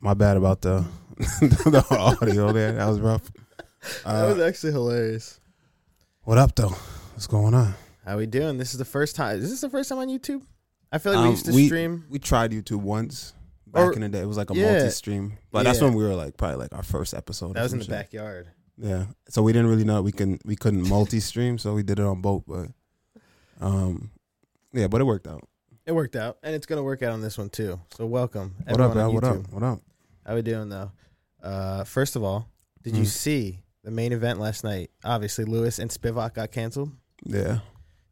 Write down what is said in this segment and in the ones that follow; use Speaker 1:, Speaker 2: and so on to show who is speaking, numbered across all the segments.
Speaker 1: My bad about the the audio there. That was rough. Uh,
Speaker 2: that was actually hilarious.
Speaker 1: What up though? What's going on?
Speaker 2: How we doing? This is the first time. Is this the first time on YouTube? I feel like we
Speaker 1: Um,
Speaker 2: used to
Speaker 1: we-
Speaker 2: stream.
Speaker 1: We tried YouTube once back
Speaker 2: Or-
Speaker 1: in the day. It was like a
Speaker 2: yeah.
Speaker 1: multi-stream, but that's
Speaker 2: Yeah.
Speaker 1: when we were like probably like our first episode. or
Speaker 2: That was in
Speaker 1: some
Speaker 2: the
Speaker 1: shit.
Speaker 2: backyard.
Speaker 1: Yeah. So we didn't really know we can we couldn't multi-stream, so we did it on both. But um, yeah, but it worked out.
Speaker 2: It worked out, and it's gonna work out on this one too. So welcome,
Speaker 1: What up,
Speaker 2: everyone
Speaker 1: man?
Speaker 2: on
Speaker 1: What
Speaker 2: YouTube.
Speaker 1: up? What up?
Speaker 2: How we doing though? Uh, first of all, did you
Speaker 1: Mm.
Speaker 2: see the main event last night? Obviously, Lewis and Spivak got canceled.
Speaker 1: Yeah.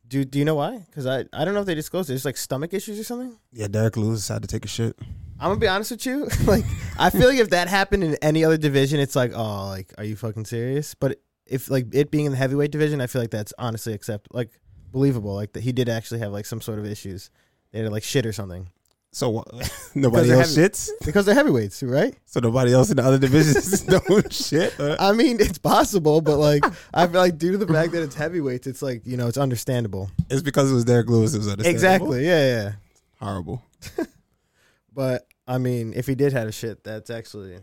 Speaker 2: Do Do you know why? Because I I don't know if they disclosed it. It's like stomach issues or something.
Speaker 1: Yeah, Derek Lewis had to take a shit.
Speaker 2: I'm gonna be honest with you. like, I feel like if that happened in any other division, it's like, oh, like, are you fucking serious? But if like it being in the heavyweight division, I feel like that's honestly accept like believable. Like that he did actually have like some sort of issues. They had like shit or something
Speaker 1: So what? nobody
Speaker 2: they're
Speaker 1: else shits.
Speaker 2: because they're heavyweights, right?
Speaker 1: So nobody else in the other divisions don't shit. Uh,
Speaker 2: I mean, it's possible, but like, I feel like due to the fact that it's heavyweights, it's like you know, it's understandable.
Speaker 1: it's because it was Derek Lewis. It was understandable.
Speaker 2: Exactly. Yeah, yeah.
Speaker 1: Horrible.
Speaker 2: But I mean, if he did have a shit, that's actually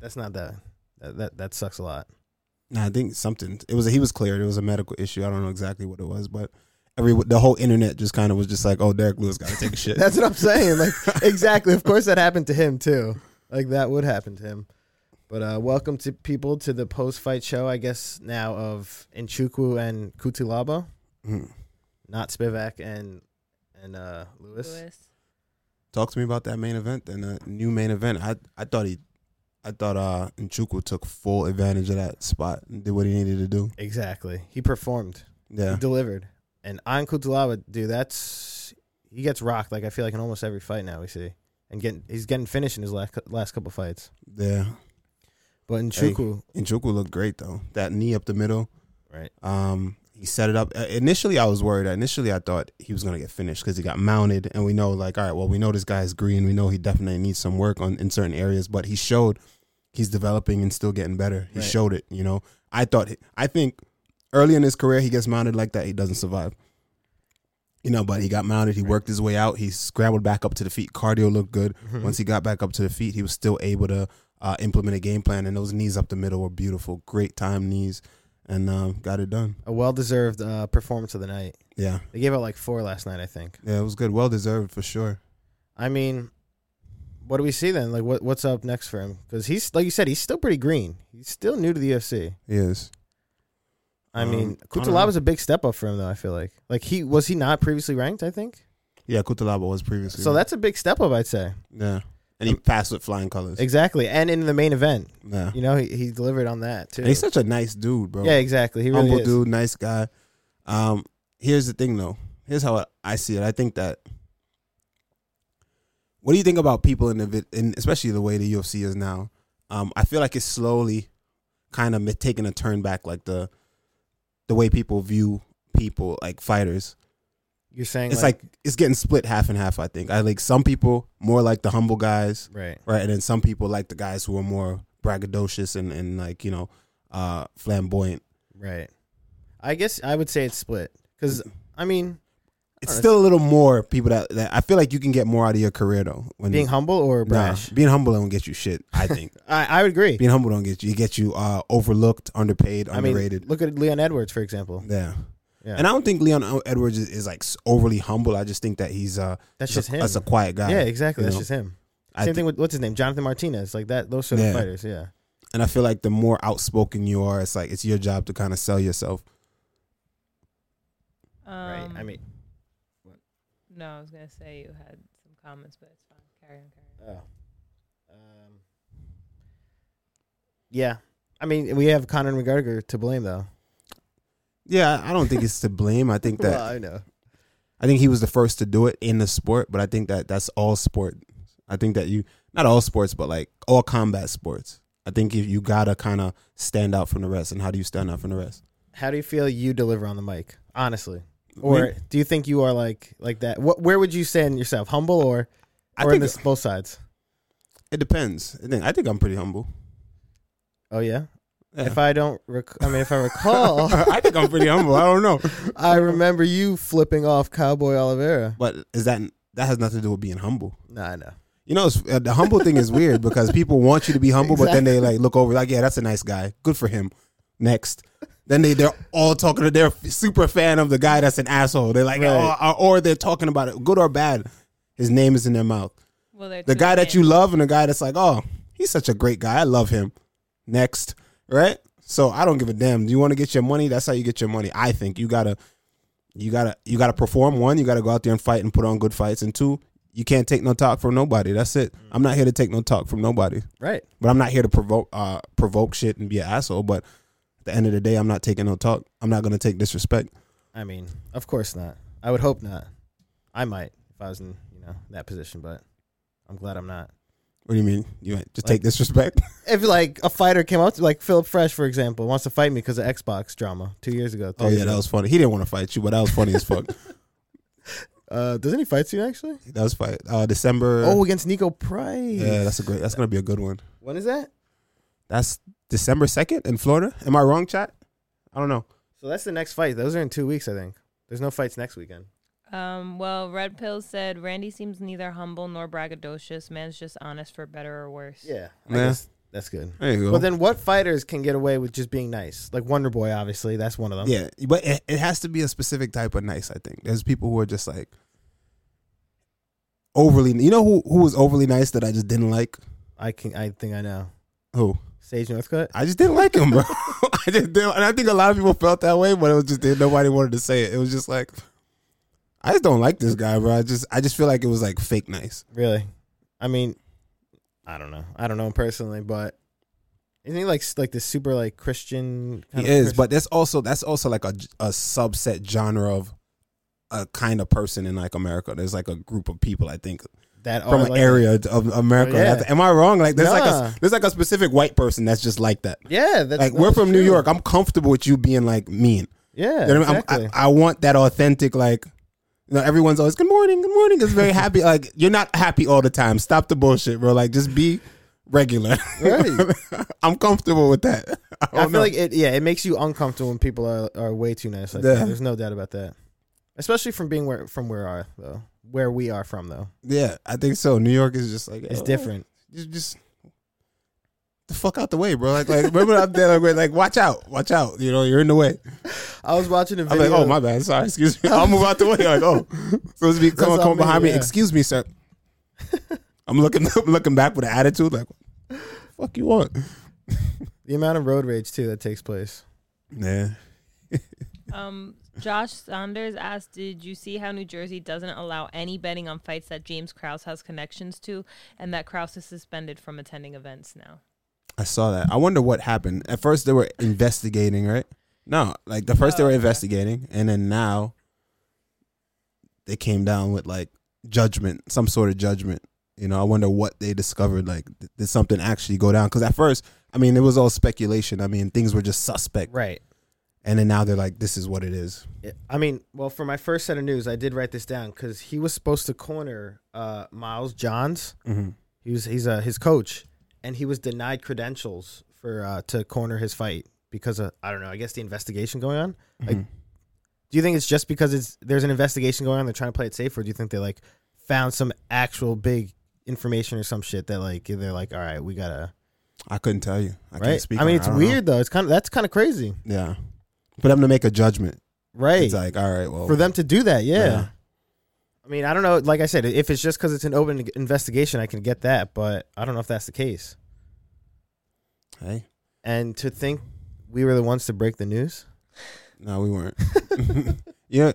Speaker 2: that's not that that that, that sucks a lot.
Speaker 1: Nah, I think something. It was he was cleared. It was a medical issue. I don't know exactly what it was, but every the whole internet just kind of was just like, oh, Derek Lewis got to take a shit.
Speaker 2: That's what I'm saying. Like exactly. Of course that happened to him too. Like that would happen to him. But uh, welcome to people to the post fight show, I guess now of Inchukwu and Kutulaba,
Speaker 1: Mm.
Speaker 2: not Spivak and and uh, Lewis.
Speaker 1: Talk to me about that main event and the new main event. I I thought he, I thought uh Nchuku took full advantage of that spot and did what he needed to do.
Speaker 2: Exactly. He performed.
Speaker 1: Yeah,
Speaker 2: He delivered. And on Kutulaba, dude, that's he gets rocked. Like I feel like in almost every fight now we see, and getting he's getting finished in his last last couple fights.
Speaker 1: yeah.
Speaker 2: But in
Speaker 1: Hey.
Speaker 2: Chuku,
Speaker 1: Nchuku looked great though. That knee up the middle.
Speaker 2: right?
Speaker 1: Um, he set it up. Uh, initially, I was worried. Initially, I thought he was gonna get finished because he got mounted, and we know, like, all right, well, we know this guy's green. We know he definitely needs some work on in certain areas, but he showed he's developing and still getting better. He
Speaker 2: Right.
Speaker 1: showed it. You know, I thought. I think early in his career, he gets mounted like that, he doesn't survive. You know, but he got mounted. He worked his way out. He scrambled back up to the feet. Cardio looked good. Once he got back up to the feet, he was still able to uh, implement a game plan. And those knees up the middle were beautiful. Great time knees, and um, got it done.
Speaker 2: A well deserved uh, performance of the night.
Speaker 1: Yeah,
Speaker 2: They gave out like four last night, I think.
Speaker 1: yeah, it was good. Well deserved for sure.
Speaker 2: I mean, what do we see then? Like, what what's up next for him? Because he's like you said, he's still pretty green. He's still new to the UFC.
Speaker 1: Yes.
Speaker 2: I
Speaker 1: Um,
Speaker 2: mean,
Speaker 1: I don't
Speaker 2: Kutulaba
Speaker 1: know.
Speaker 2: is a big step up for him, though. I feel like like he was he not previously ranked. I think
Speaker 1: Yeah, Kutalaba was previously.
Speaker 2: so. That's a big step up, I'd say.
Speaker 1: yeah, Um, and he passed with flying colors.
Speaker 2: Exactly, and in the main event,
Speaker 1: yeah,
Speaker 2: you know, he, he delivered on that too.
Speaker 1: And he's such a nice dude, bro.
Speaker 2: yeah, exactly. He really
Speaker 1: humble
Speaker 2: is.
Speaker 1: dude, nice guy. Um, here's the thing though. Here's how I- I see it. I think that. What do you think about people in the vid- in especially the way the UFC is now? Um, I feel like it's slowly, kind of taking a turn back, like the, the way people view people like fighters.
Speaker 2: You're saying
Speaker 1: it's like, it's getting split half and half. I think I like some people more like the humble guys,
Speaker 2: right,
Speaker 1: right, and then some people like the guys who are more braggadocious and and like you know, uh, flamboyant.
Speaker 2: right. I guess I would say it's split because I mean,
Speaker 1: It's
Speaker 2: Alright.
Speaker 1: still a little more people that, that I feel like you can get more out of your career though. When
Speaker 2: being humble or
Speaker 1: Nah,
Speaker 2: brash.
Speaker 1: being humble don't get you shit. I think
Speaker 2: I I would agree.
Speaker 1: being humble don't get you. It gets you uh, overlooked, underpaid,
Speaker 2: I mean,
Speaker 1: underrated.
Speaker 2: look at Leon Edwards for example.
Speaker 1: yeah.
Speaker 2: Yeah.
Speaker 1: And I don't think Leon Edwards is, is like s- overly humble. I just think that he's uh
Speaker 2: That's just
Speaker 1: just
Speaker 2: him.
Speaker 1: That's a quiet guy.
Speaker 2: yeah, exactly.
Speaker 1: you
Speaker 2: That's
Speaker 1: know?
Speaker 2: just him.
Speaker 1: I
Speaker 2: Same
Speaker 1: thi-
Speaker 2: thing with what's his name, Jonathan Martinez. Like that, those sort
Speaker 1: Yeah.
Speaker 2: of fighters. Yeah,
Speaker 1: and I feel like the more outspoken you are, it's like it's your job to kind of sell yourself.
Speaker 3: Um,
Speaker 2: right. I mean,
Speaker 3: no, I was gonna say you had some comments, but it's fine. Carry on, carry on.
Speaker 2: oh. um, yeah. I mean, we have Conor McGregor to blame though.
Speaker 1: Yeah, I don't think it's to blame. I think that
Speaker 2: Well, I know.
Speaker 1: I think he was the first to do it in the sport, but I think that that's all sport. I think that you not all sports, but like all combat sports. I think if you gotta kind of stand out from the rest, and how do you stand out from the rest?
Speaker 2: How do you feel you deliver on the mic, honestly? Or do you think you are like like that? What, where would you stand yourself, humble or
Speaker 1: I
Speaker 2: or in
Speaker 1: think
Speaker 2: this, both sides?
Speaker 1: it depends. I think I think I'm pretty humble.
Speaker 2: Oh yeah.
Speaker 1: Yeah.
Speaker 2: If I don't, rec- I mean, if I recall,
Speaker 1: I think I'm pretty humble. I don't know,
Speaker 2: I remember you flipping off Cowboy Oliveira.
Speaker 1: but is that that has nothing to do with being humble?
Speaker 2: No, I know.
Speaker 1: You know, it's, uh, the humble thing is weird because people want you to be humble, but then they like look over like, yeah, that's a nice guy. Good for him. Next. Then they they're all talking to they're super fan of the guy that's an asshole. They're like,
Speaker 2: Right.
Speaker 1: oh, or, or they're talking about it, good or bad. His name is in their mouth.
Speaker 3: Well,
Speaker 1: The guy that you love and the guy that's like, oh, he's such a great guy. I love him. Next, right? So I don't give a damn. Do you want to get your money? That's how you get your money. I think you gotta, you gotta, you gotta perform. One, you gotta go out there and fight and put on good fights. And two, you can't take no talk from nobody. That's it. I'm not here to take no talk from nobody.
Speaker 2: Right.
Speaker 1: But I'm not here to provoke, uh, provoke shit and be an asshole. But at the end of the day, I'm not taking no talk. I'm not gonna take disrespect.
Speaker 2: I mean, of course not. I would hope not. I might if I was in you know that position, but I'm glad I'm not.
Speaker 1: What do you mean? You ain't- just
Speaker 2: Like-
Speaker 1: take disrespect?
Speaker 2: If like a fighter came up to like Philip Fresh, for example, wants to fight me because of Xbox drama two years ago. three
Speaker 1: oh
Speaker 2: years
Speaker 1: yeah, that
Speaker 2: ago.
Speaker 1: was funny. He didn't want to fight you, but that was funny as fuck.
Speaker 2: Uh, doesn't he fight soon actually?
Speaker 1: That was fight. Uh, December.
Speaker 2: Oh, against Nico Price.
Speaker 1: Yeah, that's a great. That's gonna be a good one.
Speaker 2: when is that?
Speaker 1: That's December second in Florida. Am I wrong, chat? I don't know.
Speaker 2: So that's the next fight. Those are in two weeks, I think. There's no fights next weekend.
Speaker 3: Um, well, Red Pill said Randy seems neither humble nor braggadocious. Man's just honest for better or worse.
Speaker 2: Yeah, I
Speaker 1: Yeah.
Speaker 2: guess that's good.
Speaker 1: There you go.
Speaker 2: But then, what fighters can get away with just being nice? Like Wonder Boy, obviously, that's one of them.
Speaker 1: yeah, but it, it has to be a specific type of nice. I think there's people who are just like overly. You know who who was overly nice that I just didn't like.
Speaker 2: I can. I think I know.
Speaker 1: Who
Speaker 2: Sage Northcutt.
Speaker 1: I just didn't like him, bro. I just didn't, and I think a lot of people felt that way, but it was just nobody wanted to say it. It was just like I just don't like this guy, bro. I just I just feel like it was like fake nice.
Speaker 2: Really? I mean, I don't know. I don't know him personally, but isn't he like s- like this super like Christian?
Speaker 1: He
Speaker 2: kind of
Speaker 1: is,
Speaker 2: person?
Speaker 1: but that's also that's also like a, a subset genre of a kind of person in like America. There's like a group of people I think
Speaker 2: that are,
Speaker 1: from an
Speaker 2: Oh, like-
Speaker 1: area of America.
Speaker 2: Oh, yeah.
Speaker 1: Am I wrong? Like there's like
Speaker 2: Nah.
Speaker 1: a there's like a specific white person that's just like that.
Speaker 2: Yeah, that's
Speaker 1: like we're
Speaker 2: that's
Speaker 1: from New
Speaker 2: true.
Speaker 1: York. I'm comfortable with you being like mean.
Speaker 2: Yeah,
Speaker 1: You know what I mean?
Speaker 2: exactly.
Speaker 1: I'm, I, I want that authentic like. You know, everyone's always good morning, good morning. Is very happy. Like you're not happy all the time. Stop the bullshit, bro. Like just be regular.
Speaker 2: Right.
Speaker 1: I'm comfortable with that. I,
Speaker 2: I
Speaker 1: don't
Speaker 2: feel
Speaker 1: know.
Speaker 2: like it. Yeah, it makes you uncomfortable when people are, are way too nice. Like that.
Speaker 1: Yeah.
Speaker 2: there's no doubt about that. Especially from being where from where are though where we are from though
Speaker 1: Yeah, I think so. New York is just like
Speaker 2: it's
Speaker 1: oh,
Speaker 2: different.
Speaker 1: Just, just the fuck out the way, bro. Like, like remember I'm there, like, wait, like, watch out, watch out. You know, you're in the way.
Speaker 2: I was watching a
Speaker 1: I'm
Speaker 2: video.
Speaker 1: like, oh my bad, sorry, excuse me. I'll move out the way. Like, oh, supposed to be come
Speaker 2: That's
Speaker 1: come
Speaker 2: on me,
Speaker 1: behind me.
Speaker 2: yeah.
Speaker 1: Excuse me, sir. I'm looking I'm looking back with an attitude like, what the fuck you want?
Speaker 2: the amount of road rage too that takes place.
Speaker 1: Nah.
Speaker 3: Um, Josh Saunders asked, "Did you see how New Jersey doesn't allow any betting on fights that James Krause has connections to, and that Krause is suspended from attending events now?"
Speaker 1: I saw that. I wonder what happened. At first, they were investigating, right? No, like the first they
Speaker 3: Oh,
Speaker 1: were
Speaker 3: okay.
Speaker 1: investigating, and then now they came down with like judgment, some sort of judgment. You know, I wonder what they discovered. Like, th- did something actually go down? Because at first, I mean, it was all speculation. I mean, things were just suspect,
Speaker 2: Right.
Speaker 1: and then now they're like, "This is what it is."
Speaker 2: I mean, well, for my first set of news, I did write this down because he was supposed to corner uh, Miles Johns.
Speaker 1: Mm-hmm.
Speaker 2: He was he's uh, his coach, and he was denied credentials for uh, to corner his fight because of I don't know. I guess the investigation going on.
Speaker 1: Mm-hmm.
Speaker 2: Like, do you think it's just because it's there's an investigation going on? They're trying to play it safe, or do you think they like found some actual big information or some shit that like they're like, all right, we gotta
Speaker 1: I couldn't tell you. I
Speaker 2: right.
Speaker 1: can't speak.
Speaker 2: I
Speaker 1: on
Speaker 2: mean,
Speaker 1: it.
Speaker 2: it's
Speaker 1: don't
Speaker 2: weird though. It's kind of that's kind of crazy,
Speaker 1: know. Yeah, for them to make a judgment,
Speaker 2: right?
Speaker 1: it's like, all right, well,
Speaker 2: For them to do that, yeah.
Speaker 1: Yeah.
Speaker 2: I mean, I don't know. Like I said, if it's just because it's an open investigation, I can get that, but I don't know if that's the case.
Speaker 1: hey,
Speaker 2: And to think we were the ones to break the news.
Speaker 1: No, we weren't. yeah,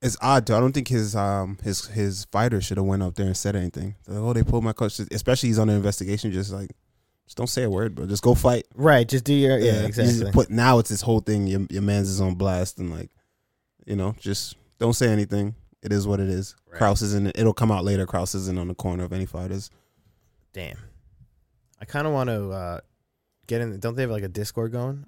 Speaker 1: it's odd though. I don't think his um his his fighter should have went up there and said anything. They're Like, oh, they pulled my coach. Especially he's on the investigation. Just like, just don't say a word, bro. Just go fight.
Speaker 2: Right. Just do your yeah,
Speaker 1: You just
Speaker 2: exactly.
Speaker 1: Put now it's this whole thing. Your your man's is on blast and like, you know, just don't say anything. It is what it is.
Speaker 2: Right.
Speaker 1: Kraus isn't. It'll come out later. Kraus isn't on the corner of any fighters.
Speaker 2: Damn. I kind of want to uh, get in. Don't they have like a Discord going?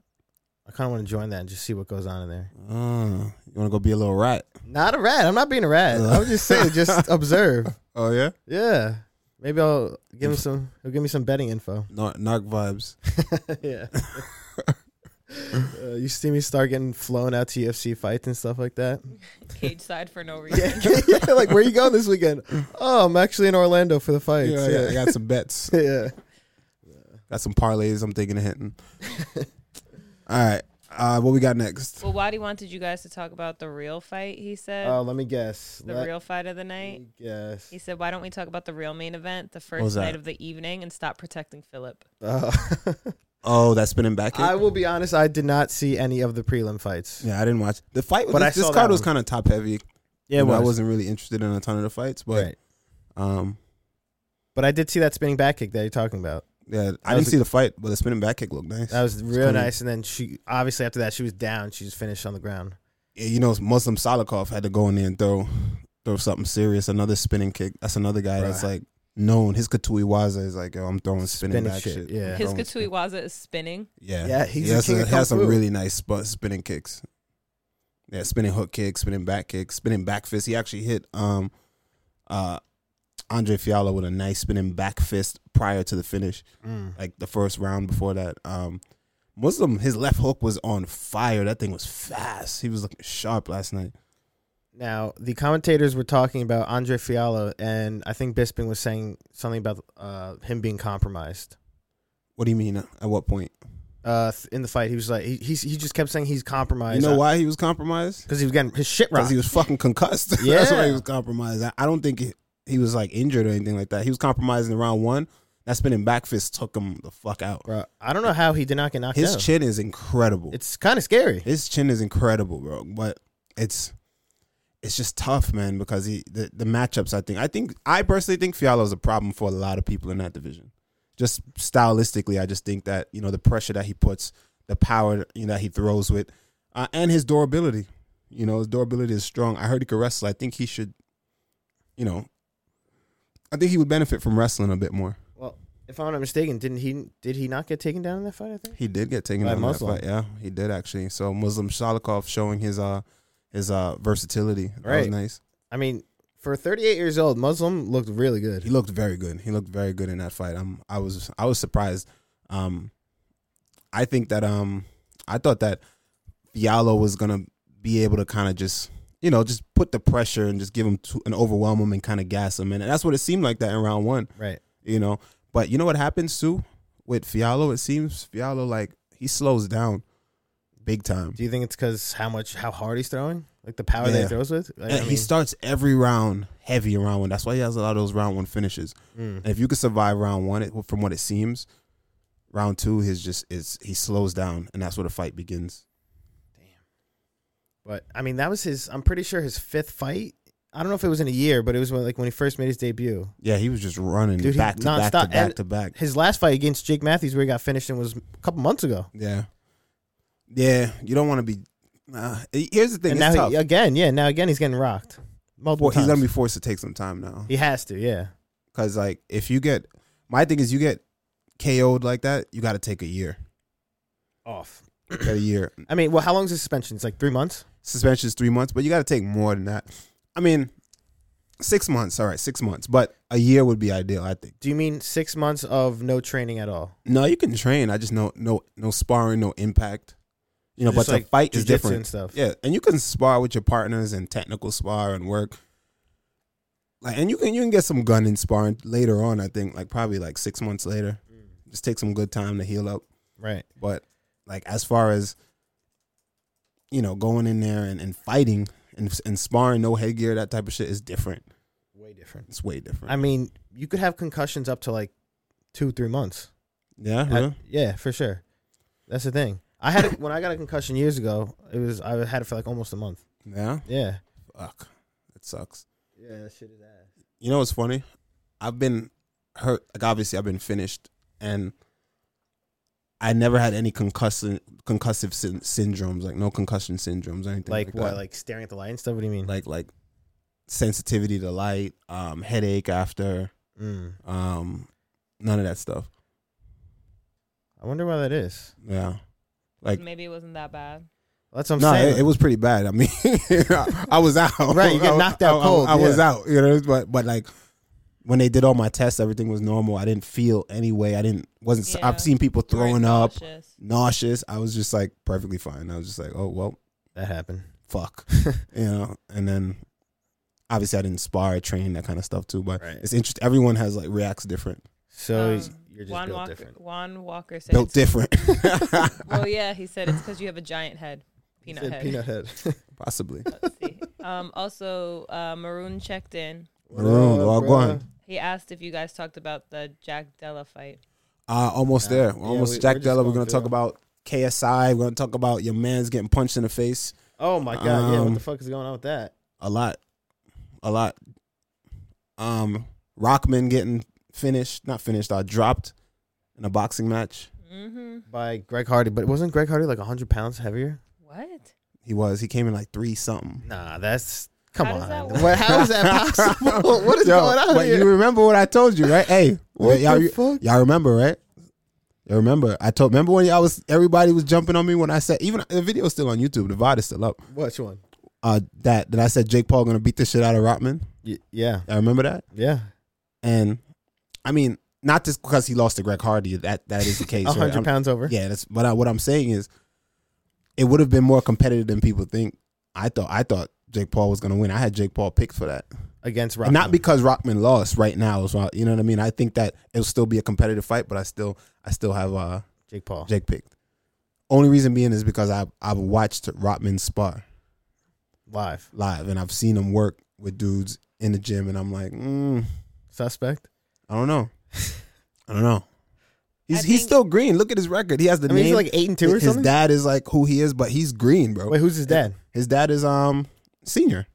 Speaker 2: I kind of want to join that and just see what goes on in there.
Speaker 1: Oh, you want to go be a little rat?
Speaker 2: Not a rat. I'm not being a rat. I would just saying, just observe.
Speaker 1: Oh yeah,
Speaker 2: Yeah. Maybe I'll give him some. He'll give me some betting info.
Speaker 1: narc vibes.
Speaker 2: yeah. Uh, you see me start getting flown out to UFC fights and stuff like that.
Speaker 3: Cage side for no reason.
Speaker 2: Yeah, yeah, like where you going this weekend? Oh, I'm actually in Orlando for the fights.
Speaker 1: Yeah, yeah, I
Speaker 2: Yeah,
Speaker 1: got some bets.
Speaker 2: yeah.
Speaker 1: Got some parlays I'm thinking of hitting. All right. Uh, what we got next?
Speaker 3: Well, Waddy wanted you guys to talk about the real fight. He said
Speaker 2: Oh, let me guess.
Speaker 3: Uh, the
Speaker 2: Let
Speaker 3: real fight of the
Speaker 2: me
Speaker 3: night.
Speaker 2: guess.
Speaker 3: He said, "Why don't we talk about the real main event, the
Speaker 1: was
Speaker 3: first night
Speaker 1: that?
Speaker 3: of the evening, and stop protecting Philip?"
Speaker 2: Uh,
Speaker 1: Oh, that spinning back.
Speaker 2: I
Speaker 1: I,
Speaker 2: will be honest. I did not see any of the prelim fights.
Speaker 1: yeah, I didn't watch the fight. With
Speaker 2: But I
Speaker 1: this, this
Speaker 2: saw that
Speaker 1: card was
Speaker 2: one.
Speaker 1: kind of top heavy.
Speaker 2: Yeah,
Speaker 1: You know, I wasn't really interested in a ton of the fights, but
Speaker 2: right.
Speaker 1: um,
Speaker 2: But I did see that spinning back kick that you're talking about.
Speaker 1: yeah, I
Speaker 2: That was
Speaker 1: didn't
Speaker 2: a-
Speaker 1: see the fight, but the spinning back kick looked nice.
Speaker 2: That was real
Speaker 1: clean.
Speaker 2: nice. And then she obviously after that she was down. She was finished on the ground.
Speaker 1: yeah, you know, Muslim Salikov had to go in there and throw throw something serious. Another spinning kick. That's another guy that's
Speaker 2: Right.
Speaker 1: like known. His Katui Waza is like, yo, I'm throwing spinning,
Speaker 2: Spinning
Speaker 1: back
Speaker 2: shit,
Speaker 1: shit.
Speaker 2: yeah.
Speaker 1: I'm
Speaker 3: His
Speaker 1: throwing spin-
Speaker 3: Katuiwaza is spinning.
Speaker 1: Yeah,
Speaker 2: Yeah, he's
Speaker 1: he
Speaker 2: the
Speaker 1: has,
Speaker 2: king
Speaker 1: some-
Speaker 2: of
Speaker 1: he
Speaker 2: kung
Speaker 1: has some
Speaker 2: fu.
Speaker 1: really nice sp- spinning kicks. Yeah, spinning hook kicks, spinning back kicks, spinning back fist. He actually hit um, uh, Andre Fiala with a nice spinning back fist prior to the finish
Speaker 2: Mm.
Speaker 1: like the first round before that. Um, Muslim, his left hook was on fire. That thing was fast. He was looking sharp last night.
Speaker 2: Now the commentators were talking about Andre Fiala, and I think Bisping was saying something about uh, him being compromised.
Speaker 1: What do you mean? At what point?
Speaker 2: Uh, th- in the fight, he was like he he's, he just kept saying he's
Speaker 1: You
Speaker 2: compromised.
Speaker 1: know why he was compromised?
Speaker 2: Because he was getting his shit
Speaker 1: Because
Speaker 2: rocked.
Speaker 1: he was fucking concussed. That's
Speaker 2: Yeah.
Speaker 1: why he was compromised. I, I don't think he, he was like injured or anything like that. He was compromised in round one. That spinning back fist took him the fuck out.
Speaker 2: Bro, I don't know how he did not get knocked
Speaker 1: His
Speaker 2: out.
Speaker 1: chin is incredible.
Speaker 2: it's kind of scary.
Speaker 1: His chin is incredible, bro. But it's it's just tough, man, because he the, the matchups I think I think I personally think Fiala is a problem for a lot of people in that division. Just stylistically, I just think that, you know, the pressure that he puts, the power you know that he throws with, uh, and his durability. You know, his durability is strong. I heard he could wrestle. I think he should, you know, I think he would benefit from wrestling a bit more.
Speaker 2: Well, if I'm not mistaken, didn't he? Did he not get taken down in that fight? I think.
Speaker 1: He did get taken
Speaker 2: By
Speaker 1: out in that
Speaker 2: Muslim.
Speaker 1: fight. Yeah, he did actually. So Muslim Shalikov showing his uh his uh versatility. That was
Speaker 2: Right.
Speaker 1: nice.
Speaker 2: I mean, for 38 years old, Muslim looked really
Speaker 1: He
Speaker 2: good.
Speaker 1: looked very good. He looked very good in that fight. Um, I was I was surprised. Um, I think that um I thought that Fialo was gonna be able to kind of just you know just put the pressure and just give him to, and overwhelm him and kind of gas him in. and that's what it seemed like that in round one.
Speaker 2: Right.
Speaker 1: you know. But you know what happens too with Fialo? It seems Fialo like he slows down big time.
Speaker 2: Do you think it's because how much, how hard he's throwing, like the power that he
Speaker 1: Yeah.
Speaker 2: throws with? Like, I
Speaker 1: And he
Speaker 2: mean,
Speaker 1: starts every round heavy in round one. That's why he has a lot of those round one finishes.
Speaker 2: mm,
Speaker 1: And if you can survive round one, it, from what it seems, round two is just is he slows down, and that's where the fight begins.
Speaker 2: but I mean, that was his. I'm pretty sure his fifth fight. I don't know if it was in a year, but it was when, like when he first made his debut.
Speaker 1: Yeah, he was just running
Speaker 2: Dude, he
Speaker 1: back to back to
Speaker 2: nonstop-
Speaker 1: back
Speaker 2: and-
Speaker 1: to back.
Speaker 2: His last fight against Jake Matthews, where he got finished, and was a couple months ago.
Speaker 1: Yeah, yeah. You don't want to be. Uh, here's the thing.
Speaker 2: and now
Speaker 1: it's tough.
Speaker 2: he, again, yeah, now again he's getting rocked. Multiple
Speaker 1: Well, he's gonna
Speaker 2: times.
Speaker 1: be forced to take some time now.
Speaker 2: He has to, yeah.
Speaker 1: Cause like if you get my thing is you get KO'd like that, you gotta take a year.
Speaker 2: Off.
Speaker 1: You got a year.
Speaker 2: I mean, well, how long is his suspension? It's like three months.
Speaker 1: Suspension is three months, but you gotta take more than that. I mean, six months, all right, six months. But a year would be ideal, I think.
Speaker 2: Do you mean six months of no training at all?
Speaker 1: No, you can train. I just know no no sparring, no impact. You know,
Speaker 2: Just
Speaker 1: but
Speaker 2: like
Speaker 1: the fight is
Speaker 2: jujitsu
Speaker 1: different.
Speaker 2: and stuff.
Speaker 1: Yeah, and you can spar with your partners and technical spar and work. Like, and you can you can get some gunning sparring later on. I think like probably like six months later.
Speaker 2: Mm.
Speaker 1: Just take some good time to heal up.
Speaker 2: Right.
Speaker 1: But like as far as you know, going in there and, and fighting and and sparring, no headgear, that type of shit is different.
Speaker 2: Way different.
Speaker 1: It's way different.
Speaker 2: I mean, you could have concussions up to like two, three months.
Speaker 1: yeah,
Speaker 2: I-
Speaker 1: really?
Speaker 2: yeah, for sure. That's the thing. I had it when I got a concussion years ago. It was I had it for like almost a month.
Speaker 1: yeah.
Speaker 2: Yeah.
Speaker 1: Fuck, that sucks.
Speaker 2: Yeah, that shit is ass.
Speaker 1: You know what's funny? I've been hurt. Like obviously, I've been finished, and I never had any concussion concussive syn- syndromes, like no concussion syndromes or anything like,
Speaker 2: Like what?
Speaker 1: that.
Speaker 2: Like staring at the light and stuff. What do you mean?
Speaker 1: like like sensitivity to light, um, headache after,
Speaker 2: mm.
Speaker 1: um, none of that stuff.
Speaker 2: I wonder why that is.
Speaker 1: Yeah. Like-
Speaker 3: Maybe it wasn't that bad.
Speaker 2: That's what I'm
Speaker 1: no,
Speaker 2: saying.
Speaker 1: it, it was pretty bad. I mean, I, I was out.
Speaker 2: Right, you get
Speaker 1: I-
Speaker 2: knocked out
Speaker 1: I- I-
Speaker 2: cold,
Speaker 1: I, was
Speaker 2: yeah.
Speaker 1: out. You know, but but like when they did all my tests, everything was normal. I didn't feel any way. I didn't wasn't. s-
Speaker 3: Yeah.
Speaker 1: I've seen people
Speaker 3: You were
Speaker 1: throwing up,
Speaker 3: nauseous.
Speaker 1: nauseous. I was just like perfectly fine. I was just like, oh well,
Speaker 2: That happened.
Speaker 1: fuck, you know. And then obviously I didn't spar, I trained, that kind of stuff too. But
Speaker 2: Right.
Speaker 1: it's interesting. Everyone has like reacts different,
Speaker 2: So
Speaker 3: Um,
Speaker 2: you're just
Speaker 3: Juan
Speaker 2: built
Speaker 3: Walker.
Speaker 2: different.
Speaker 3: Juan Walker said.
Speaker 1: built
Speaker 3: it's-
Speaker 1: different,
Speaker 3: well, yeah, he said it's because you have a giant head, peanut
Speaker 2: Said
Speaker 3: head.
Speaker 2: Peanut head.
Speaker 1: possibly.
Speaker 3: Let's see. Um, also, uh, Maroon checked in.
Speaker 1: Maroon,
Speaker 2: What up,
Speaker 1: all
Speaker 2: bruh?
Speaker 1: gone.
Speaker 3: He asked if you guys talked about the Jack Della fight.
Speaker 1: Uh, almost
Speaker 2: Yeah.
Speaker 1: there.
Speaker 2: Yeah,
Speaker 1: We're almost
Speaker 2: we- we're
Speaker 1: Jack
Speaker 2: just
Speaker 1: Della. We're
Speaker 2: going
Speaker 1: gonna talk
Speaker 2: through.
Speaker 1: about KSI. We're gonna talk about your man's getting punched in the face
Speaker 2: Oh my god! yeah, what
Speaker 1: Um,
Speaker 2: the fuck is going on with that?
Speaker 1: a lot, a lot. Um, Rockman getting finished, not finished. I uh, dropped in a boxing match.
Speaker 3: Mm-hmm.
Speaker 2: By Greg Hardy, but wasn't Greg Hardy like hundred pounds heavier?
Speaker 3: What?
Speaker 1: He was. He came in like three something.
Speaker 2: Nah, that's come
Speaker 3: How
Speaker 2: on.
Speaker 3: does that work?
Speaker 2: What- how is that possible? what is
Speaker 1: Yo,
Speaker 2: going on
Speaker 1: wait,
Speaker 2: here?
Speaker 1: You remember what I told you, right? Hey,
Speaker 2: what
Speaker 1: y'all,
Speaker 2: the fuck?
Speaker 1: y'all remember, right? Y'all remember? I told. Remember when y'all was everybody was jumping on me when I said even the video's still on YouTube. The VOD is still up.
Speaker 2: Which one?
Speaker 1: Uh, that that I said Jake Paul gonna beat the shit out of Rockman.
Speaker 2: Y- yeah,
Speaker 1: I remember that.
Speaker 2: yeah.
Speaker 1: And I mean, not just because he lost to Greg Hardy. That that is the case.
Speaker 2: A
Speaker 1: right?
Speaker 2: hundred
Speaker 1: I'm-
Speaker 2: pounds over.
Speaker 1: Yeah, that's but I, what I'm saying is, it would have been more competitive than people think. I thought I thought Jake Paul was going to win. I had Jake Paul picked for that,
Speaker 2: Against Rock.
Speaker 1: and not because Rockman lost right now. So I- you know what I mean. I think that it'll still be a competitive fight, but I still I still have uh,
Speaker 2: Jake Paul.
Speaker 1: Jake picked. Only reason being is because I I've watched Rockman spar
Speaker 2: Live.
Speaker 1: live, and I've seen him work with dudes in the gym, and I'm like, mm,
Speaker 2: Suspect.
Speaker 1: I don't know, I don't know. He's,
Speaker 3: I
Speaker 1: he's
Speaker 3: think-
Speaker 1: still green. Look at his record. He has the
Speaker 2: I mean,
Speaker 1: name.
Speaker 2: he's like eight and two or
Speaker 1: his
Speaker 2: something.
Speaker 1: dad is like who he is, but he's green, bro.
Speaker 2: Wait, who's his dad?
Speaker 1: His dad is um senior.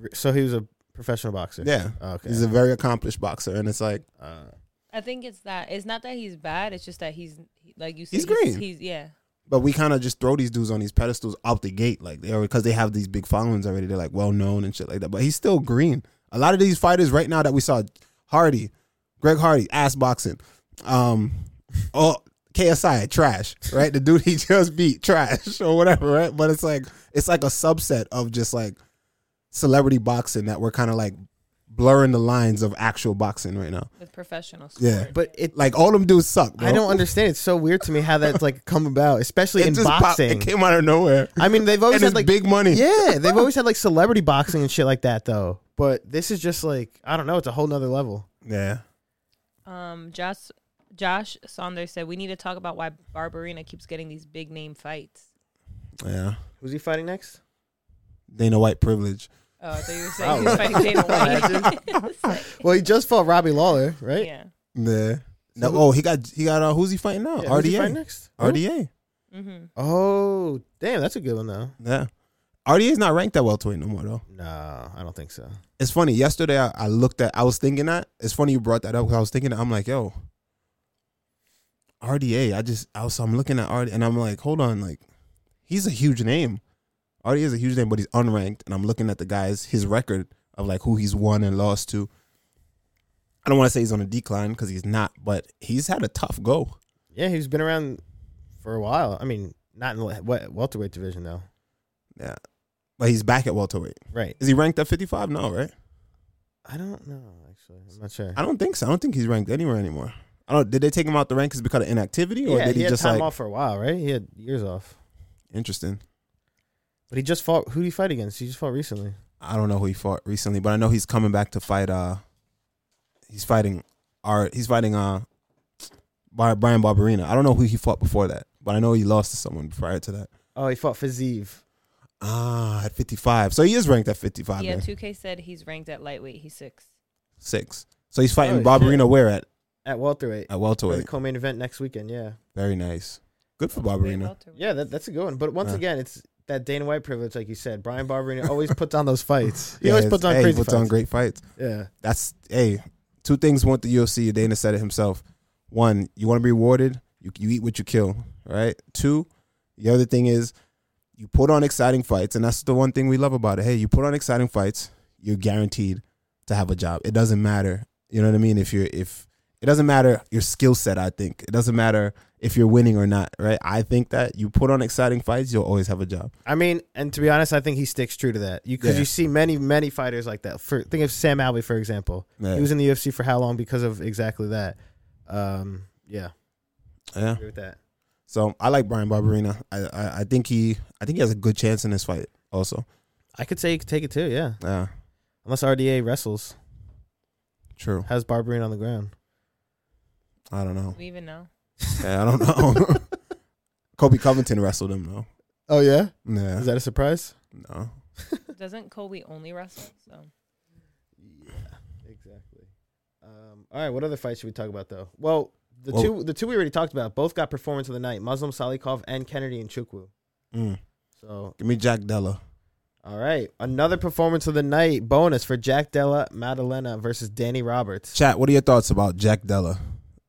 Speaker 2: R- So he was a professional boxer.
Speaker 1: Yeah.
Speaker 2: Oh, okay.
Speaker 1: He's a very accomplished boxer, and it's like
Speaker 2: uh,
Speaker 3: I think it's that. It's not that he's bad. It's just that he's he- like you said.
Speaker 1: He's green.
Speaker 3: He's, yeah.
Speaker 1: but we kind of just throw these dudes on these pedestals out the gate, like they because they have these big followings already. They're like well known and shit like that. But he's still green. A lot of these fighters right now that we saw, Hardy, Greg Hardy, ass boxing, um, oh KSI trash, right? The dude he just beat trash or whatever, right? But it's like it's like a subset of just like celebrity boxing that we're kind of like blurring the lines of actual boxing right now.
Speaker 3: With professional sport.
Speaker 1: Yeah.
Speaker 2: but it.
Speaker 1: Like all them dudes suck. Bro.
Speaker 2: I don't understand. It's so weird to me how that's like come about, especially
Speaker 1: It
Speaker 2: in
Speaker 1: just popped-
Speaker 2: boxing.
Speaker 1: it came out of nowhere.
Speaker 2: I mean, they've
Speaker 1: And
Speaker 2: always
Speaker 1: it's
Speaker 2: had like
Speaker 1: big money.
Speaker 2: Yeah, they've always had like celebrity boxing and shit like that though. But this is just like I don't know, it's a whole nother level.
Speaker 1: Yeah.
Speaker 3: Um, Josh Josh Saunders said we need to talk about why Barbarina keeps getting these big name fights.
Speaker 1: Yeah.
Speaker 2: Who's he fighting next?
Speaker 1: Dana White privilege.
Speaker 3: Oh, I thought you were saying he was fighting Dana White. It's like-
Speaker 2: Well, he just fought Robbie Lawler, right?
Speaker 3: yeah.
Speaker 1: Yeah. No,
Speaker 2: So who-
Speaker 1: oh, he got he got uh, who's he fighting now?
Speaker 2: Yeah, who's he fighting
Speaker 1: RDA.
Speaker 2: next? Who?
Speaker 1: RDA.
Speaker 3: Mm-hmm.
Speaker 2: Oh, damn, that's a good one though.
Speaker 1: Yeah. RDA's not ranked that welterweight no more though.
Speaker 2: No, I don't think so.
Speaker 1: It's funny. Yesterday I, I looked at I was thinking that. It's funny you brought that up 'cause I was thinking that, I'm like, yo, RDA. I just I was I'm looking at RDA and I'm like, hold on, like he's a huge name. RDA is a huge name, but he's unranked. And I'm looking at the guys, his record of like who he's won and lost to. I don't want to say he's on a decline because he's not, but he's had a tough go.
Speaker 2: Yeah, he's been around for a while. I mean, not in the le- wel- welterweight division though.
Speaker 1: Yeah. But he's back at welterweight.
Speaker 2: Right.
Speaker 1: Is he ranked at 55? No, right?
Speaker 2: I don't know actually. I'm not sure.
Speaker 1: I don't think so. I don't think he's ranked anywhere anymore. I don't. Did they take him out the rankings because of inactivity, or
Speaker 2: yeah,
Speaker 1: did he,
Speaker 2: had
Speaker 1: just
Speaker 2: time
Speaker 1: like
Speaker 2: off for a while, right? He had years off.
Speaker 1: interesting?
Speaker 2: But he just fought who did he fight against? He just fought recently.
Speaker 1: I don't know who he fought recently, but I know he's coming back to fight. Uh, he's fighting our. He's fighting uh, Bar- Brian Barberina. I don't know who he fought before that, but I know he lost to someone prior to that.
Speaker 2: Oh, he fought Fazeev.
Speaker 1: Ah, at 55, so he is ranked at 55.
Speaker 3: Yeah.
Speaker 1: then.
Speaker 3: Two K said he's ranked at lightweight. He's six.
Speaker 1: six. So he's fighting
Speaker 2: Oh,
Speaker 1: Barberina where at
Speaker 2: At welterweight.
Speaker 1: at
Speaker 2: for the
Speaker 1: welterweight.
Speaker 2: co-main event next weekend. Yeah,
Speaker 1: Very nice. Good for
Speaker 3: Wait,
Speaker 1: Barberina.
Speaker 3: welterweight.
Speaker 2: yeah, that, that's a good one. But once
Speaker 1: Yeah.
Speaker 2: again, it's that Dana White privilege, like you said. Brian Barberina always puts on those fights. He
Speaker 1: Yeah,
Speaker 2: always
Speaker 1: it's-
Speaker 2: puts on
Speaker 1: hey, he
Speaker 2: crazy
Speaker 1: puts
Speaker 2: fights.
Speaker 1: on great fights.
Speaker 2: yeah,
Speaker 1: that's hey, two things want the UFC. Dana said it himself. One, you want to be rewarded. You you eat what you kill, right? Two, the other thing is you put on exciting fights, and that's the one thing we love about it. Hey, you put on exciting fights, you're guaranteed to have a job. It doesn't matter, you know what I mean. If you're if it doesn't matter your skill set. I think it doesn't matter if you're winning or not, right? I think that you put on exciting fights, you'll always have a job.
Speaker 2: I mean, and to be honest, I think he sticks true to that. Because you, 'cause
Speaker 1: Yeah.
Speaker 2: you see many, many fighters like that. For think of Sam Alvey, for example.
Speaker 1: Yeah.
Speaker 2: He was in the UFC for how long because of exactly that. Um, yeah,
Speaker 1: Yeah.
Speaker 2: agree with that.
Speaker 1: So I like Brian Barberina. I, I I think he I think he has a good chance in this fight. Also,
Speaker 2: I could say he could take it too. Yeah,
Speaker 1: yeah,
Speaker 2: unless RDA wrestles,
Speaker 1: true.
Speaker 2: has Barbarine on the ground.
Speaker 1: I don't know.
Speaker 3: We even know.
Speaker 1: Yeah, I don't know. Kobe Covington wrestled him though.
Speaker 2: Oh yeah,
Speaker 1: Yeah,
Speaker 2: is that a surprise?
Speaker 1: no.
Speaker 3: Doesn't Kobe only wrestle? So
Speaker 2: Yeah, exactly. Um, all right, what other fights should we talk about though? Well, the
Speaker 1: Well-
Speaker 2: two the two we already talked about both got performance of the night: Muslim Salikov and Kennedy and Chukwu.
Speaker 1: Mm.
Speaker 2: So,
Speaker 1: Give me Jack Della.
Speaker 2: all right, another performance of the night bonus for Jack Della Maddalena versus Danny Roberts.
Speaker 1: Chat. What are your thoughts about Jack Della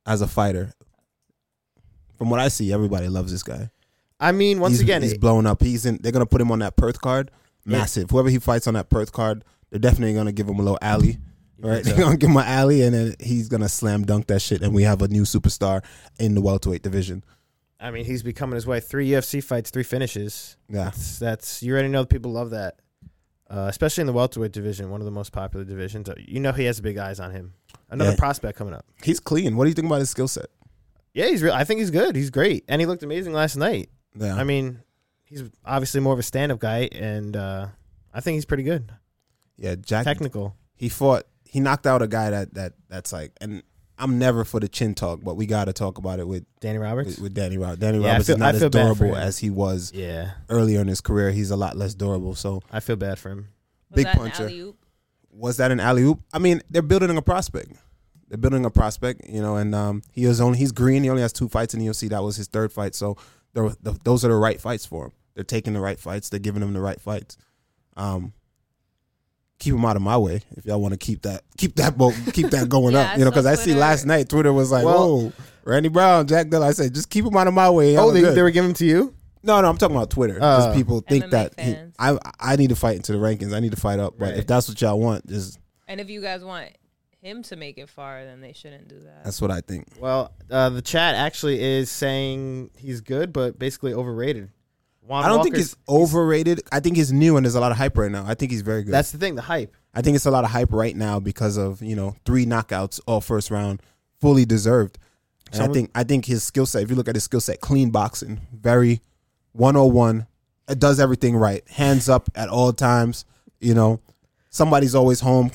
Speaker 1: as a fighter? From what I see, everybody loves this guy.
Speaker 2: I mean, once
Speaker 1: he's,
Speaker 2: again,
Speaker 1: he's
Speaker 2: it-
Speaker 1: blown up. He's in. They're gonna put him on that Perth card.
Speaker 2: Yeah.
Speaker 1: Massive. Whoever he fights on that Perth card, they're definitely gonna give him a little alley.
Speaker 2: You think
Speaker 1: Right? They're
Speaker 2: so?
Speaker 1: gonna give him an alley, and then he's gonna slam dunk that shit. And we have a new superstar in the welterweight division.
Speaker 2: I mean, he's becoming his way. Three UFC fights, three finishes.
Speaker 1: Yeah.
Speaker 2: That's, that's you already know people love that, uh, especially in the welterweight division, one of the most popular divisions. Uh, You know he has big eyes on him. Another
Speaker 1: Yeah.
Speaker 2: prospect coming up.
Speaker 1: He's clean. What do you think about his skill set?
Speaker 2: Yeah, he's real. I think he's good. He's great, and he looked amazing last night.
Speaker 1: Yeah.
Speaker 2: I mean, he's obviously more of a stand-up guy, and uh, I think he's pretty good.
Speaker 1: yeah. Jack.
Speaker 2: Technical.
Speaker 1: he fought. He knocked out a guy that that that's like. And I'm never for the chin talk, but we gotta talk about it with
Speaker 2: Danny Roberts.
Speaker 1: with, with Danny Roberts. Danny
Speaker 2: Yeah, I
Speaker 1: Roberts
Speaker 2: feel-
Speaker 1: is
Speaker 2: I
Speaker 1: not as
Speaker 2: feel bad for
Speaker 1: durable
Speaker 2: him.
Speaker 1: as he was
Speaker 2: Yeah,
Speaker 1: earlier in his career. He's a lot less durable. So
Speaker 2: I feel bad for him.
Speaker 3: was
Speaker 1: Big
Speaker 3: that
Speaker 1: puncher.
Speaker 3: An alley-oop?
Speaker 1: was that an alley oop? I mean, they're building a prospect. They're building a prospect, you know, and um, he is only he's green. He only has two fights in the UFC. That was his third fight, so there were- th those are the right fights for him. They're taking the right fights. They're giving him the right fights. Um, keep him out of my way if y'all want to keep that keep that boat keep that going
Speaker 3: Yeah,
Speaker 1: up, you know, because
Speaker 3: I
Speaker 1: I
Speaker 3: saw
Speaker 1: see
Speaker 3: Twitter.
Speaker 1: last night Twitter was like,
Speaker 2: Well-
Speaker 1: "Whoa, Randy Brown, Jack Dell." I said, "Just keep him out of my way."
Speaker 2: Oh,
Speaker 1: y'all
Speaker 2: they,
Speaker 1: good."
Speaker 2: they were giving him to you.
Speaker 1: No, no, I'm talking about Twitter. Because
Speaker 2: Oh.
Speaker 1: people think
Speaker 3: MMA
Speaker 1: that he-
Speaker 3: fans.
Speaker 1: I I need to fight into the rankings. I need to fight up. But
Speaker 2: Right.
Speaker 1: if that's what y'all want, just
Speaker 3: And if you guys want him to make it far, then they shouldn't do that.
Speaker 1: that's what I think.
Speaker 2: Well, uh, the chat actually is saying he's good, but basically overrated. Juan
Speaker 1: I don't think
Speaker 2: Walker's-
Speaker 1: he's overrated. I think he's new and there's a lot of hype right now. I think he's very good.
Speaker 2: That's the thing, the hype.
Speaker 1: I think it's a lot of hype right now because of you know three knockouts, all first round, fully deserved. And I
Speaker 2: Someone-
Speaker 1: think I think his skill set. If you look at his skill set, clean boxing, very one on one. It does everything right. Hands up at all times. You know, somebody's always home.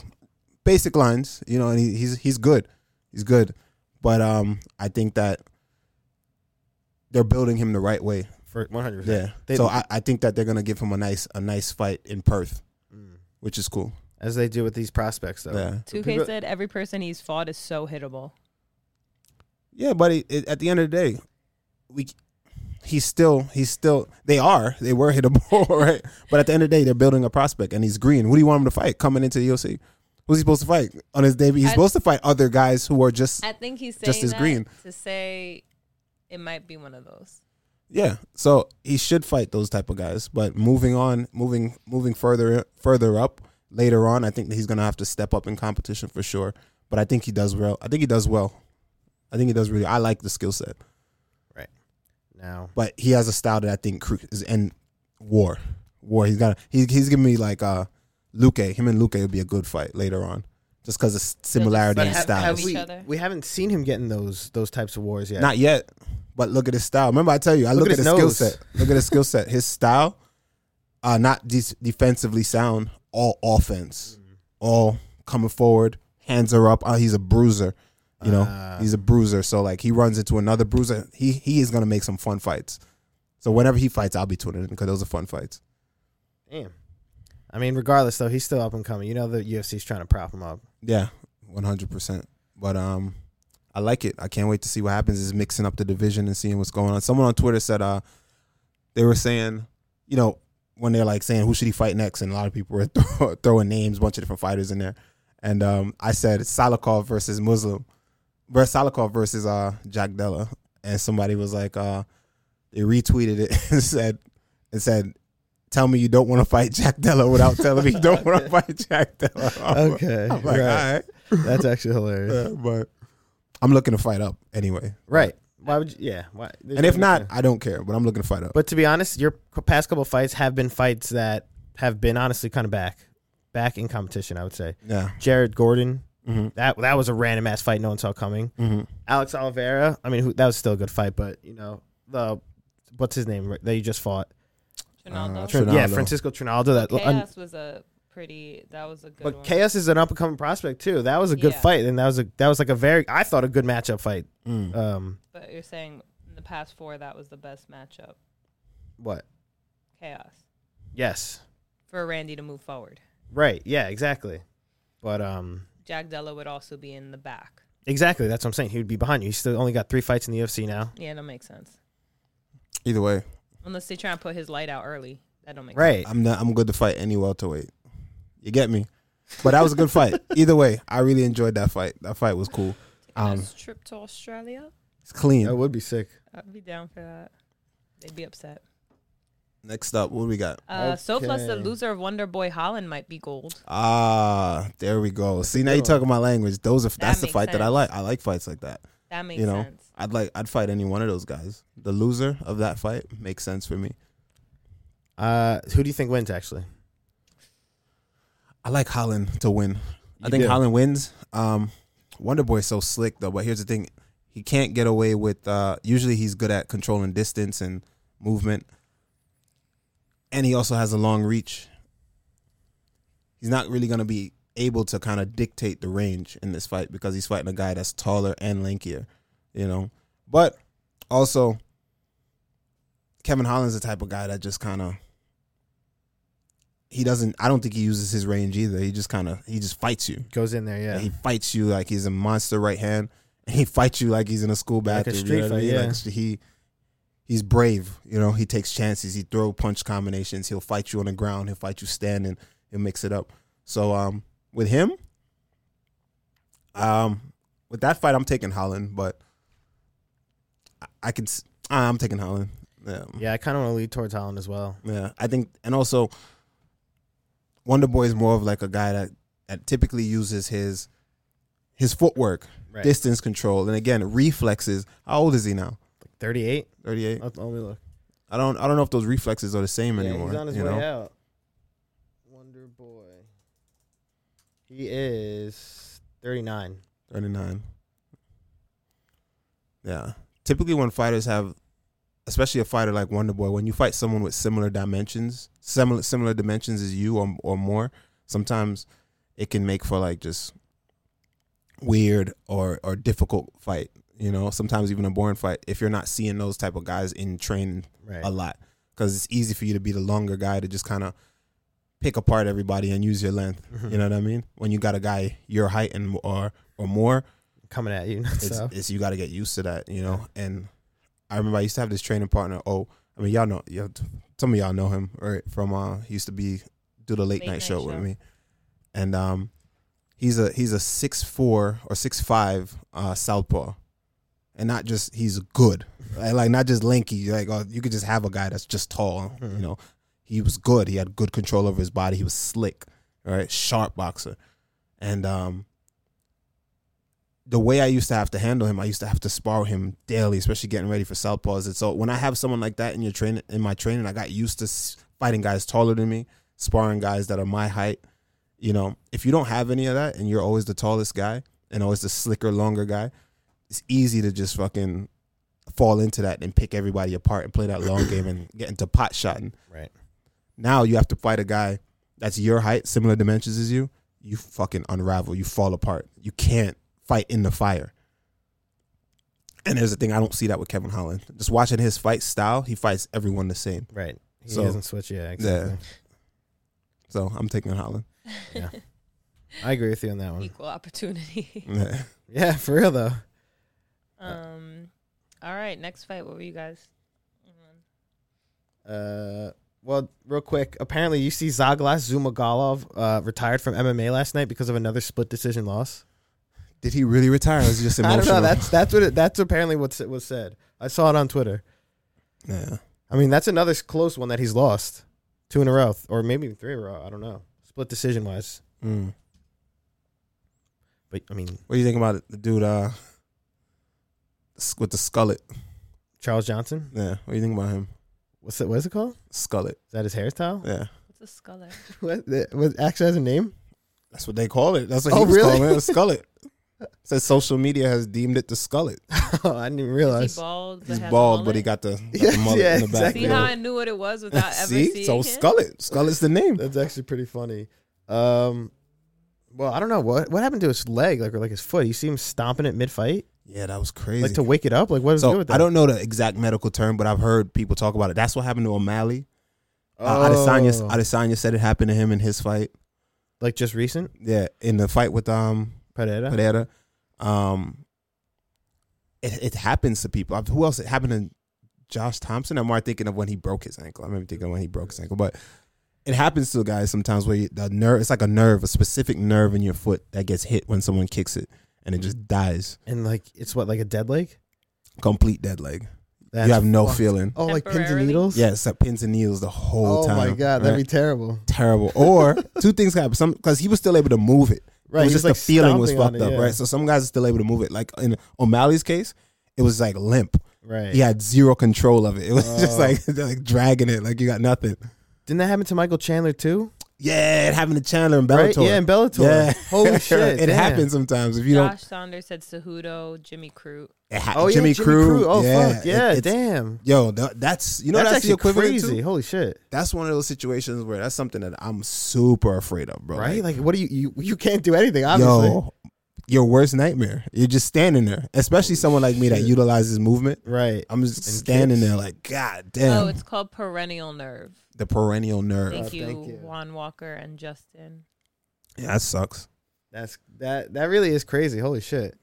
Speaker 1: Basic lines. You know, and he, he's he's good. He's good. But um, I think that they're building him the right way.
Speaker 2: For 100%.
Speaker 1: Yeah.
Speaker 2: They-
Speaker 1: so I, I think that they're gonna give him a nice a nice fight in Perth,
Speaker 2: Mm.
Speaker 1: which is cool.
Speaker 2: As they do with these prospects, though.
Speaker 1: Yeah.
Speaker 3: 2K
Speaker 2: people-
Speaker 3: said every person he's fought is so hittable.
Speaker 1: Yeah, but it, it- at the end of the day, we he's still he's still they are they were hittable, right? But at the end of the day, they're building a prospect, and he's green. Who do you want him to fight coming into the UFC? Who's he supposed to fight on his debut? He's
Speaker 3: I-
Speaker 1: supposed to fight other guys who are just
Speaker 3: I think he's saying
Speaker 1: Justice
Speaker 3: that
Speaker 1: Green.
Speaker 3: to say it might be one of those.
Speaker 1: yeah. So he should fight those type of guys. But moving on, moving moving further further up later on, I think that he's gonna have to step up in competition for sure. But I think he does well. I think he does well. I think he does really. I like the skill set.
Speaker 2: Now,
Speaker 1: but he has a style that I think cru- is in war. War. He's got. He's he's giving me like uh, Luke. Him and Luke would be a good fight later on, just because of s- similarity
Speaker 3: But
Speaker 1: in
Speaker 3: have-
Speaker 1: styles.
Speaker 3: have
Speaker 2: we,
Speaker 3: each other.
Speaker 2: we haven't seen him getting those those types of wars yet.
Speaker 1: Not yet, but look at his style. Remember, I tell you, I look, at,
Speaker 2: at his
Speaker 1: his skill
Speaker 2: nose.
Speaker 1: set. Look at his skill set. His style, uh, not de- defensively sound. All offense, all coming forward, hands are up. Uh, he's a bruiser. You know,
Speaker 2: Ah.
Speaker 1: he's a bruiser. So like, he runs into another bruiser. He he is gonna make some fun fights. So whenever he fights, I'll be tuning in because those are fun fights.
Speaker 2: Damn. I mean, regardless, though, he's still up and coming. You know, the UFC's trying to prop him up.
Speaker 1: Yeah, one hundred percent. But um, I like it. I can't wait to see what happens. Is mixing up the division and seeing what's going on. Someone on Twitter said uh, they were saying, you know, when they're like saying who should he fight next, and a lot of people were throw, throwing names, bunch of different fighters in there, and um, I said Salikov versus Muslim, versus Salikov versus uh Jack Della, and somebody was like uh, they retweeted it and said and said. Tell me you don't want to fight Jack Della without telling me you don't want to fight Jack Della.
Speaker 2: Okay.
Speaker 1: I'm like, all right. Uh,
Speaker 2: That's actually hilarious.
Speaker 1: Yeah, but I'm looking to fight up anyway.
Speaker 2: Right. Why would you? Yeah. Why, there's
Speaker 1: And
Speaker 2: no
Speaker 1: if
Speaker 2: need
Speaker 1: not,
Speaker 2: to.
Speaker 1: I don't care. But I'm looking to fight up.
Speaker 2: but to be honest, your c- past couple fights have been fights that have been honestly kind of back, back in competition. I would say
Speaker 1: yeah.
Speaker 2: Jared Gordon.
Speaker 1: Mhm.
Speaker 2: That that was a random ass fight no one saw coming.
Speaker 1: Mm-hmm.
Speaker 2: Alex Oliveira. I mean, who, that was still a good fight, but you know the what's his name right, that you just fought?
Speaker 1: Tr-
Speaker 3: Ronaldo.
Speaker 1: Trinaldo.
Speaker 2: Yeah, Francisco Trinaldo. That un-
Speaker 3: Chaos was a pretty. That was a good
Speaker 2: But
Speaker 3: one.
Speaker 2: Chaos is an up and coming prospect too. That was a good
Speaker 3: Yeah.
Speaker 2: fight, and that was a that was like a very I thought a good matchup fight.
Speaker 1: Mm.
Speaker 2: Um,
Speaker 3: but you're saying in the past four, that was the best matchup.
Speaker 2: what?
Speaker 3: Chaos
Speaker 2: Yes,
Speaker 3: for Randy to move forward.
Speaker 2: right, yeah, exactly. But um,
Speaker 3: Jack Della would also be in the back.
Speaker 2: exactly that's what I'm saying. He would be behind you. He's still only got three fights in the UFC now.
Speaker 3: Yeah, that makes sense.
Speaker 1: Either way,
Speaker 3: Unless they try and put his light out early, that don't make
Speaker 2: Right,
Speaker 1: I'm not, I'm good to fight any welterweight. You get me? But that was a good fight. Either way, I really enjoyed that fight. That fight was cool.
Speaker 3: sense.
Speaker 1: Um,
Speaker 3: Taking a trip to Australia,
Speaker 1: It's clean.
Speaker 2: would be sick.
Speaker 3: I'd be down for that. They'd be upset.
Speaker 1: Next up, what do we got?
Speaker 3: Uh, So plus the
Speaker 2: Okay.
Speaker 3: loser of Wonder Boy Holland might be gold.
Speaker 1: Ah, there we go. See,
Speaker 2: good
Speaker 1: now you're
Speaker 2: one.
Speaker 1: talking my language. Those are that's the
Speaker 3: makes
Speaker 1: fight that I
Speaker 3: sense.
Speaker 1: like. I like fights like that.
Speaker 3: That makes
Speaker 1: You know.
Speaker 3: sense.
Speaker 1: I'd like I'd fight any one of those guys. The loser of that fight makes sense for me.
Speaker 2: Uh, who do you think wins actually?
Speaker 1: I like Holland to win. I
Speaker 2: You
Speaker 1: think
Speaker 2: do.
Speaker 1: Holland wins. Um, Wonder Boy's so slick though, but here's the thing: he can't get away with. Uh, usually, he's good at controlling distance and movement, and he also has a long reach. He's not really going to be able to kind of dictate the range in this fight because he's fighting a guy that's taller and lankier, you know. But also, Kevin Holland's the type of guy that just kind of he doesn't. I don't think he uses his range either. He just kind of he just fights you.
Speaker 2: Goes in there, yeah.
Speaker 1: And he fights you like he's a monster right hand. And he fights you like he's in a school
Speaker 2: Like a
Speaker 1: bathroom.
Speaker 2: street
Speaker 1: you know what I
Speaker 2: fight,
Speaker 1: mean?
Speaker 2: yeah.
Speaker 1: Like, he he's brave. You know, he takes chances. He throw punch combinations. He'll fight you on the ground. He'll fight you standing. He'll mix it up. So um, with him, um, with that fight, I'm taking Holland, but I, I can. s- uh, I'm taking Holland. Yeah.
Speaker 2: yeah, I kind of want to lead towards Holland as well.
Speaker 1: Yeah, I think, and also, Wonder Boy is more of like a guy that, that typically uses his his footwork,
Speaker 2: Right.
Speaker 1: distance control, and again reflexes. How old is he now?
Speaker 2: Thirty-eight.
Speaker 1: Thirty eight.
Speaker 2: Let me look.
Speaker 1: I don't I don't know if those reflexes are the same
Speaker 2: Uh, Yeah,
Speaker 1: anymore.
Speaker 2: he's on his
Speaker 1: you
Speaker 2: way
Speaker 1: know?
Speaker 2: out. Wonder Boy. He is thirty-nine.
Speaker 1: Thirty nine. Yeah. Typically, when fighters have, especially a fighter like Wonder Boy, when you fight someone with similar dimensions, similar similar dimensions as you or or more, sometimes it can make for like just weird or or difficult fight. You know, sometimes even a boring fight if you're not seeing those type of guys in training
Speaker 2: Right.
Speaker 1: a lot because it's easy for you to be the longer guy to just kind of pick apart everybody and use your length.
Speaker 2: Mhm.
Speaker 1: You know what I mean? When you got a guy your height and or or more,
Speaker 2: coming at you.
Speaker 1: it's,
Speaker 2: so
Speaker 1: it's you got to get used to that, you know. And I remember I used to have this training partner. Oh, I mean, y'all know, y'all, some of y'all know him, right? From uh, he used to be do the late,
Speaker 3: Late
Speaker 1: night,
Speaker 3: night
Speaker 1: show, with
Speaker 3: show.
Speaker 1: me, and um, he's a he's a six four or six five uh, southpaw, and not just he's good, like, like not just lanky. Like oh, you could just have a guy that's just tall, you know. He was good. He had good control over his body. He was slick, right? Sharp boxer, and um, the way I used to have to handle him, I used to have to spar him daily, especially getting ready for southpaws. And so when I have someone like that in your training, in my training, I got used to s- fighting guys taller than me, sparring guys that are my height. You know, if you don't have any of that, and you're always the tallest guy and always the slicker, longer guy, it's easy to just fucking fall into that and pick everybody apart and play that long game and get into pot shotting.
Speaker 2: right.
Speaker 1: Now you have to fight a guy that's your height, similar dimensions as you. You fucking unravel. You fall apart. You can't fight in the fire. And there's the thing I don't see that with Kevin Holland. Just watching his fight style, he fights everyone the same.
Speaker 2: Right. He
Speaker 1: So-
Speaker 2: doesn't switch. Yeah, exactly.
Speaker 1: So I'm taking Holland.
Speaker 2: I agree with you on that one.
Speaker 3: Equal opportunity.
Speaker 1: Yeah.
Speaker 2: Yeah, for real though.
Speaker 3: um. All right, next fight. What were you guys?
Speaker 2: Uh, well, real quick. Apparently, you see Zaglas Zumagalov uh, retired from MMA last night because of another split decision loss.
Speaker 1: Did he really retire? Or is he just
Speaker 2: I
Speaker 1: emotional?
Speaker 2: don't know. That's that's what it, that's apparently what was said. I saw it on Twitter.
Speaker 1: yeah.
Speaker 2: I mean, that's another s- close one that he's lost, two in a row, or maybe even three in a row. I don't know. Split decision wise,
Speaker 1: Mm.
Speaker 2: but I mean,
Speaker 1: What do you think about the dude? Uh, with the skullet.
Speaker 2: Charles Johnson.
Speaker 1: Yeah, what do you think about him?
Speaker 2: What's it? What's it called?
Speaker 1: Skullet.
Speaker 2: Is that his hairstyle?
Speaker 1: Yeah,
Speaker 3: What's a skullet?
Speaker 2: What? That- What actually has a name?
Speaker 1: that's what they call it. That's what he
Speaker 2: Oh,
Speaker 1: was
Speaker 2: really?
Speaker 1: calling it. Skullet. Says social media has deemed it the skullet.
Speaker 2: oh, I didn't even
Speaker 3: Is
Speaker 2: realize.
Speaker 3: he bald? but
Speaker 1: He's
Speaker 3: has a
Speaker 1: bald, but
Speaker 3: mullet?
Speaker 1: he got the, got
Speaker 2: Yeah,
Speaker 1: the mullet
Speaker 2: yeah,
Speaker 1: in the back.
Speaker 3: See
Speaker 2: Yeah.
Speaker 3: how I knew what it was without ever
Speaker 1: See,
Speaker 3: seeing
Speaker 1: so
Speaker 3: it?
Speaker 1: skullet. Skullet's the name.
Speaker 2: That's actually pretty funny. Um, well, I don't know what what happened to his leg, like or like his foot. You see him stomping it mid fight,
Speaker 1: Yeah, that was crazy.
Speaker 2: like to wake it up. Like what is
Speaker 1: so
Speaker 2: good with that?
Speaker 1: I don't know the exact medical term, but I've heard people talk about it. That's what happened to O'Malley. Uh, Adesanya,
Speaker 2: Oh.
Speaker 1: Adesanya said it happened to him in his fight.
Speaker 2: like just recent
Speaker 1: Yeah, in the fight with um
Speaker 2: Pereira.
Speaker 1: Pereira. Um, it, it happens to people. I've- Who else? It happened to Josh Thompson. I'm more thinking of when he broke his ankle. I remember thinking of when he broke his ankle, but it happens to guys sometimes where you, the nerve. It's like a nerve, a specific nerve in your foot that gets hit when someone kicks it, and it just dies.
Speaker 2: and like it's what like a dead leg.
Speaker 1: Complete dead leg.
Speaker 2: That's
Speaker 1: you have no
Speaker 2: fucked.
Speaker 1: feeling.
Speaker 2: Oh, like pins and
Speaker 3: Temporarily?
Speaker 2: needles.
Speaker 1: Yeah, it's like pins and needles the whole
Speaker 2: Oh
Speaker 1: time.
Speaker 2: my god,
Speaker 1: right?
Speaker 2: that'd be terrible.
Speaker 1: terrible. Or two things happen. Some because he was still able to move it.
Speaker 2: Right,
Speaker 1: it was
Speaker 2: he was,
Speaker 1: just
Speaker 2: like,
Speaker 1: the feeling was
Speaker 2: stomping on it,
Speaker 1: fucked up,
Speaker 2: yeah.
Speaker 1: right? So some guys are still able to move it. Like in O'Malley's case, it was like limp.
Speaker 2: Right.
Speaker 1: He had zero control of it. It was just
Speaker 2: Oh.
Speaker 1: like like dragging it, like you got nothing.
Speaker 2: Didn't that happen to Michael Chandler too?
Speaker 1: Yeah, it happened to Chandler and
Speaker 2: Right?
Speaker 1: Bellator.
Speaker 2: Yeah, and Bellator.
Speaker 1: Yeah.
Speaker 2: Holy shit.
Speaker 1: it
Speaker 2: damn.
Speaker 1: happens sometimes if you don't.
Speaker 3: Josh Saunders said Cejudo, Jimmy Crute.
Speaker 1: It ha-
Speaker 2: Oh yeah,
Speaker 1: Jimmy,
Speaker 2: Jimmy,
Speaker 1: Crew.
Speaker 2: Crew. Oh fuck.
Speaker 1: it-
Speaker 2: Yeah,
Speaker 1: it's-
Speaker 2: damn.
Speaker 1: Yo, tha- that's you know
Speaker 2: that's,
Speaker 1: that's, the
Speaker 2: actually
Speaker 1: equivalent
Speaker 2: crazy.
Speaker 1: to.
Speaker 2: Holy shit.
Speaker 1: That's one of those situations where that's something that I'm super afraid of, bro.
Speaker 2: Right? Like what do you you, you can't do anything, obviously.
Speaker 1: Yo, your worst nightmare. You're just standing there, especially someone like me that
Speaker 2: shit.
Speaker 1: utilizes movement.
Speaker 2: Right.
Speaker 1: I'm just
Speaker 2: And
Speaker 1: standing
Speaker 2: kicks.
Speaker 1: there like, God
Speaker 3: Oh,
Speaker 1: damn,
Speaker 3: it's called perennial nerve.
Speaker 1: the perennial nerve.
Speaker 3: Thank,
Speaker 2: thank
Speaker 3: you,
Speaker 2: you.
Speaker 3: Juan Walker and Justin.
Speaker 1: Yeah, that sucks.
Speaker 2: That's that that really is crazy. Holy shit.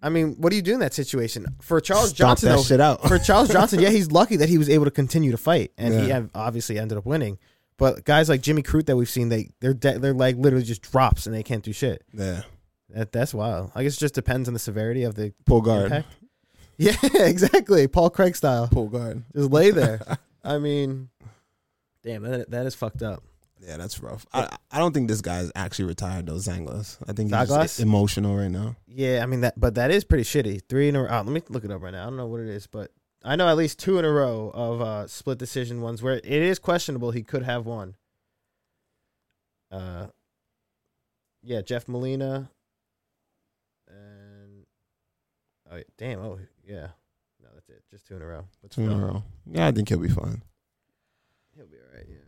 Speaker 2: I mean, what do you do in that situation? For Charles
Speaker 1: Stomp
Speaker 2: Johnson
Speaker 1: that
Speaker 2: though,
Speaker 1: shit out.
Speaker 2: for Charles Johnson, yeah, he's lucky that he was able to continue to fight, and he
Speaker 1: Yeah.
Speaker 2: have- obviously ended up winning. But guys like Jimmy Crute that we've seen, they their de- their leg literally just drops and they can't do shit.
Speaker 1: yeah,
Speaker 2: That, that's wild. I guess it just depends on the severity of the
Speaker 1: pull guard,
Speaker 2: impact. Yeah, exactly. Paul Craig style,
Speaker 1: pull guard.
Speaker 2: just lay there. I mean, damn, that that is fucked up.
Speaker 1: Yeah, that's rough. I I don't think this guy's actually retired though, Zanglas. I think he's
Speaker 2: Zaglas?
Speaker 1: just emotional right now. Yeah,
Speaker 2: Yeah, I mean that, but that is pretty shitty. Three in a row. let me look it up right now. I don't know what it is, but I know at least two in a row of uh, split decision ones where it is questionable he could have won. Uh, yeah, Jeff Molina, and oh yeah, damn, oh yeah, no, that's it. Just two in a row. Let's
Speaker 1: Two in a
Speaker 2: go.
Speaker 1: row. Yeah, I think he'll be fine.
Speaker 2: He'll be all right. Yeah.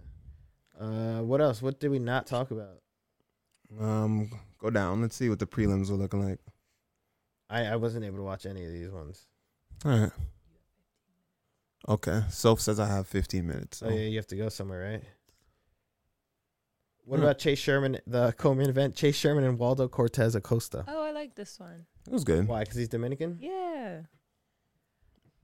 Speaker 2: Uh, what else? What did we not talk about?
Speaker 1: Um, go down. Let's see what the prelims were looking like.
Speaker 2: I I wasn't able to watch any of these ones.
Speaker 1: All right. Okay. Soph says I have 15 minutes. So.
Speaker 2: Oh yeah, you have to go somewhere, right? What
Speaker 1: Yeah.
Speaker 2: about Chase Sherman, the co-main event? Chase Sherman and Waldo Cortez Acosta.
Speaker 3: Oh, I like this one.
Speaker 1: It was good.
Speaker 2: Why? Because he's Dominican.
Speaker 3: Yeah.